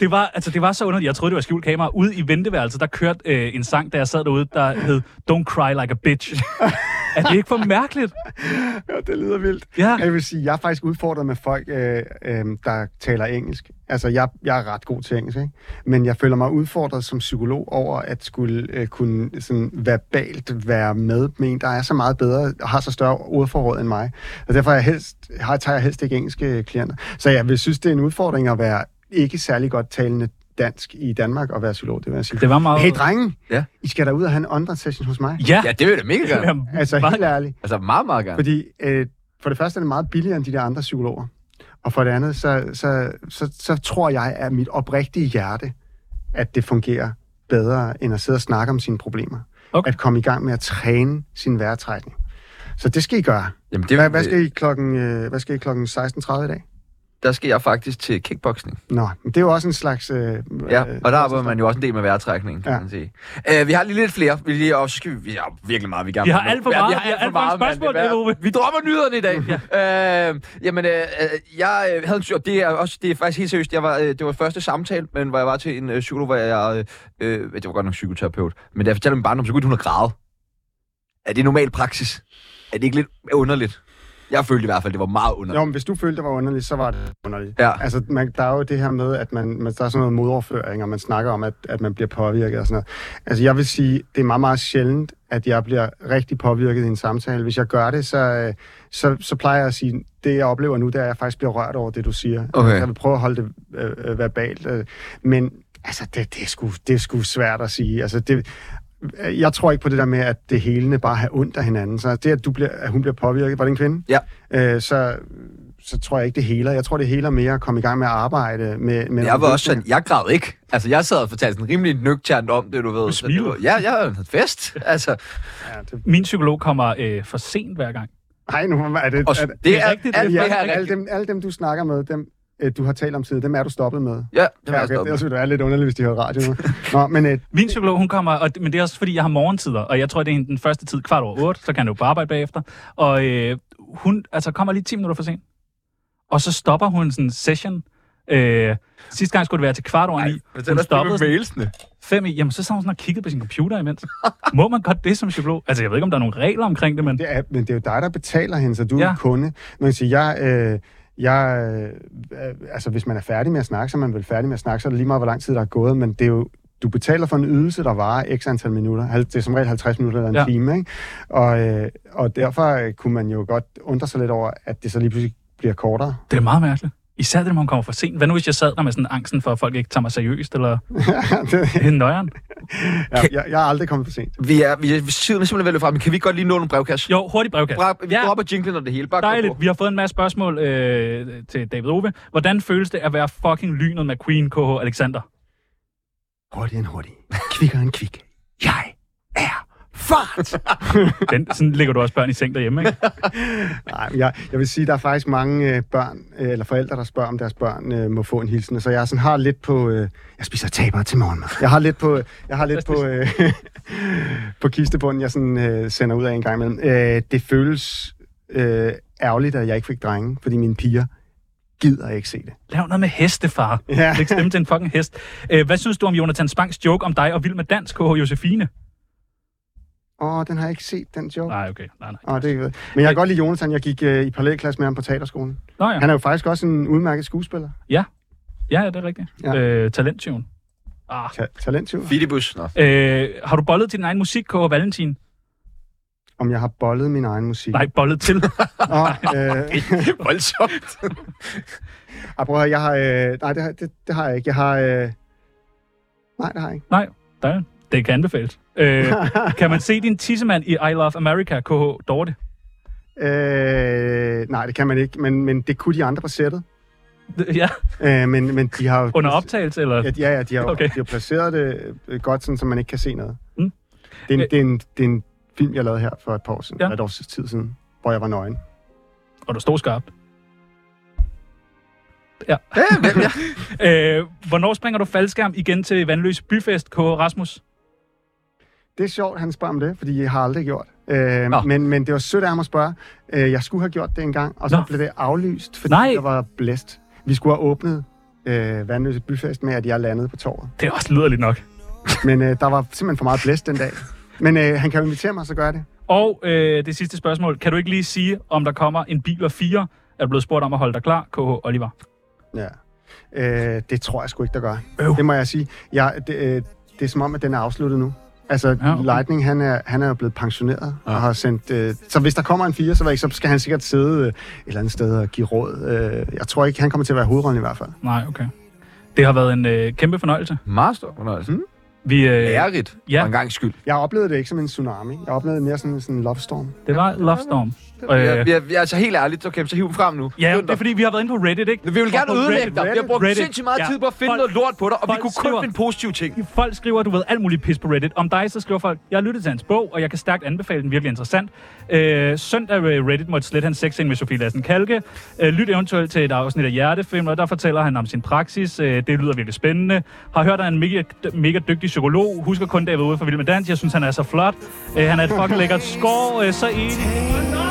Det var, altså, det var så underligt. Jeg troede, det var skjult kamera. Ude i venteværelset, der kørte øh, en sang, da jeg sad derude, der hed Don't Cry Like a Bitch. er det ikke for mærkeligt? Ja, det lyder vildt. Ja. Jeg vil sige, jeg er faktisk udfordret med folk, øh, øh, der taler engelsk. Altså, jeg, jeg er ret god til engelsk, ikke? Men jeg føler mig udfordret som psykolog over at skulle øh, kunne sådan verbalt være med med en, der er så meget bedre og har så større ordforråd end mig. Og derfor er jeg helst, har, tager jeg helst ikke engelske klienter. Så jeg vil synes, det er en udfordring at være ikke særlig godt talende dansk i Danmark og være psykolog, det vil jeg sige. Det var meget... Hey, drenge! Ja. I skal da ud og have en åndedræts session hos mig. Ja, Ja, det vil jeg da mega det gerne. var Altså, meget- helt ærligt. Altså meget, meget gerne. Fordi øh, for det første er det meget billigere end de der andre psykologer. Og for det andet, så, så, så, så tror jeg, at mit oprigtige hjerte, at det fungerer bedre, end at sidde og snakke om sine problemer. Okay. At komme i gang med at træne sin vejrtrækning. Så det skal I gøre. Jamen, det, Hvad, hvad skal I klokken, øh, hvad skal I klokken 16.30 i dag? Der skal jeg faktisk til kickboxing. Nå, men det er jo også en slags... Øh, Ja, øh, og der arbejder man jo også en del med vejrtrækning, kan Ja. man sige. Øh, vi har lige lidt flere. Vi, lige, og så skal vi, vi har virkelig meget, vi gerne Vi har vil nå. alt for Ja, meget. vi Vi har alt har for meget, mand. spørgsmål, Det er- det, Ove. Vi dropper nyhederne i dag. ja. øh, jamen, øh, øh, jeg øh, havde en psy- og det er, også, det er faktisk helt seriøst, jeg var, øh, det var første samtale, men hvor jeg var til en øh, psykolog, hvor jeg, øh, øh, det var godt nok psykoterapeut, men da jeg fortalte min barndom, så kunne hun have grædet. Er det normal praksis? Er det ikke lidt underligt? Jeg følte i hvert fald, det var meget underligt. Jo, men hvis du følte, det var underligt, så var det underligt. Ja. Altså, man, der er jo det her med, at man, man, der er sådan noget modoverføring, og man snakker om, at, at man bliver påvirket og sådan noget. Altså, jeg vil sige, det er meget, meget sjældent, at jeg bliver rigtig påvirket i en samtale. Hvis jeg gør det, så, øh, så, så plejer jeg at sige, det jeg oplever nu, det er, at jeg faktisk bliver rørt over det, du siger. Okay. Jeg vil prøve at holde det øh, øh, verbalt. Øh, men altså, det, det, er sgu, det er sgu svært at sige. Altså, det, øh, jeg tror ikke på det der med, at det helene bare har ondt af hinanden. Så det, at, du bliver, at hun bliver påvirket, var det en kvinde? Ja. Øh, så, så tror jeg ikke, det heler. Jeg tror, det heler mere at komme i gang med at arbejde med... med Jeg var også sådan, jeg græd ikke. Altså, jeg sad og fortalte sådan rimelig nøgternt om det, du ved. Så det smilet. var- Ja, jeg havde en fest. Altså, Ja, det, Min psykolog kommer øh, for sent hver gang. ej, nu er det... og s- er, det er er rigtigt. rigtigt, Alt ja, det her er alle, rigtigt. dem, alle dem, du snakker med, dem øh, du har talt om tidligere, dem er du stoppet med. Ja, det var Ja, jeg okay. stoppet. Ellers ville det være lidt underligt, hvis de hører radio nu. Nå, men øh, Min psykolog, hun kommer, og, men det er også fordi, jeg har morgentider, og jeg tror, det er hende den første tid kvart over otte, så kan han jo på arbejde bagefter. Og øh, hun altså, kommer lige 10 minutter for sent. Og så stopper hun sådan en session. Øh, sidste gang skulle det være til kvart over ni. Men det er Hun da stoppet stoppede med sådan mailsene. fem i. Jamen, så sad hun sådan og kiggede på sin computer imens. Må man godt det som psykolog? Altså, jeg ved ikke, om der er nogle regler omkring det, men... det er, men det er jo dig, der betaler hende, så du ja. Ja. er kunde. Man kan sige, jeg... Øh, jeg, øh, øh, altså, hvis man er færdig med at snakke, så er man vel færdig med at snakke, så er det lige meget, hvor lang tid der er gået, men det er jo, du betaler for en ydelse, der varer x antal minutter. Hal- Det er som regel 50 minutter eller en Ja. ja. time, ikke? Og, øh, og derfor øh, kunne man jo godt undre sig lidt over, at det så lige pludselig bliver kortere. Det er meget mærkeligt. Især det, når man kommer for sent. Hvad nu, hvis jeg sad der med sådan angsten for, at folk ikke tager mig seriøst, eller det, en nøjeren? ja, jeg, jeg er aldrig kommet for sent. Vi er, vi er tiden er simpelthen ved at løbe frem. Kan vi godt lige nå nogle brevkasse? Jo, hurtig brevkast. Bra- vi dropper jinglen og det hele. Bare kør Dejligt. på. Vi har fået en masse spørgsmål øh, til David Ove. Hvordan føles det at være fucking lynet med Queen KH Alexander? Hurtigere end hurtig. Kvikkere end kvik. Jeg er fart! Den, sådan ligger du også børn i seng derhjemme, ikke? Nej, men jeg, jeg vil sige, der er faktisk mange øh, børn, øh, eller forældre, der spørger, om deres børn øh, må få en hilsen. Og Så jeg er sådan har lidt på... Øh, jeg spiser taber til morgenmad. Jeg har lidt på, jeg har lidt på, øh, på kistebunden, jeg sådan, øh, sender ud af en gang imellem. Øh, det føles øh, ærgerligt, at jeg ikke fik drenge, fordi mine piger gider ikke se det. Lav noget med hestefar. Ja. Læg stemme til en fucking hest. Øh, hvad synes du om Jonathan Spangs joke om dig og Vild med Dans, KH Josefine? Åh, den har jeg ikke set, den joke. Nej, okay. Nej, nej. Åh, det er ikke ved. Men jeg kan godt lide Jonathan. Jeg gik øh, i parallelklasse med ham på teaterskolen. Nå ja. Han er jo faktisk også en udmærket skuespiller. Ja, ja, det er rigtigt. Ja. Ja. Øh, talenttyven. Ah. Ta- talenttyv. Fidibus. Nå. Øh, har du bollet til din egen musik, KH Valentin? Om jeg har bollet min egen musik. Nej, bollet til. Og, øh, Voldsomt. ah, prøv at høre, jeg har... Øh, nej, det har, det, det har jeg ikke. Jeg har... Øh, nej, det har jeg ikke. Dejligt. Det kan anbefales. Øh, kan man se din tissemand i I Love America, KH Dorte? Øh, nej, det kan man ikke, men, men det kunne de andre på sættet. Ja, Øh, men, men de har... jo- under optagelse, eller? Ja, ja, ja, de har, Okay. okay. de har placeret det øh, godt, sådan, så man ikke kan se noget. Mm. Mm. Det, er en, Øh. det, er en, det er en film, jeg lavede her for et par år siden, Ja. ja. et års tid siden, hvor jeg var nøgen. Og du stod skarpt. Ja. Ja, men, ja. Øh, hvornår springer du faldskærm igen til Vandløse Byfest, K. Rasmus? Det er sjovt, han spørger om det, fordi jeg har aldrig gjort. Øh, Nå. men, men det var sødt af ham at spørge. Øh, jeg skulle have gjort det engang, og så Nå. Nå. blev det aflyst, fordi Nej. Nej. jeg var blæst. Vi skulle have åbnet øh, Vandløse Byfest med, at jeg landede på torvet. Det er også lyderligt nok. Men øh, der var simpelthen for meget blæst den dag. Men øh, han kan jo invitere mig, så gør jeg det. Og øh, det sidste spørgsmål. Kan du ikke lige sige, om der kommer en bil og fire? Er du blevet spurgt om at holde dig klar, KH Oliver? Ja. Øh, det tror jeg sgu ikke, der gør. Øv. Det må jeg sige. Jeg, det, øh, det er som om, at den er afsluttet nu. Altså, Ja, ja, okay. okay. Lightning, han er, han er jo blevet pensioneret ja. og har sendt... Øh, så hvis der kommer en fire, så, ved jeg ikke, så skal han sikkert sidde øh, et eller andet sted og give råd. Øh, jeg tror ikke, han kommer til at være hovedrollen i hvert fald. Nej, okay. Det har været en øh, kæmpe fornøjelse. Meget stor fornøjelse. Mm. Vi, øh, Lærerigt, ja. for en gang skyld. Jeg oplevede det ikke som en tsunami. Jeg oplevede det mere som sådan en love storm. det var Love Storm. Øh. Øh, Ja, vi er, altså helt ærligt, okay, så hiv dem frem nu. ja, Skynd det er dig. fordi, vi har været inde på Reddit, ikke? vi vil gerne Og på ødelægge Reddit- dig. Vi har brugt Reddit. sindssygt meget Ja. tid på at finde Folk- noget lort på dig, og vi folk kunne kun skriver- finde positive ting. Folk skriver, du ved, alt muligt pis på Reddit. Om dig, så skriver folk, jeg har lyttet til hans bog, og jeg kan stærkt anbefale den virkelig interessant. Øh, søndag ved Reddit måtte slet hans sexing med Sofie Lassen Kalke. Øh, lyt eventuelt til et afsnit af Hjertefilmer, der fortæller han om sin praksis. Øh, det lyder virkelig spændende. Har hørt, at han er en mega, mega dygtig psykolog. Husker kun David ude for Vild med Dans. Jeg synes, han er så flot. Øh, han er et fucking lækkert skår. Øh, så enig.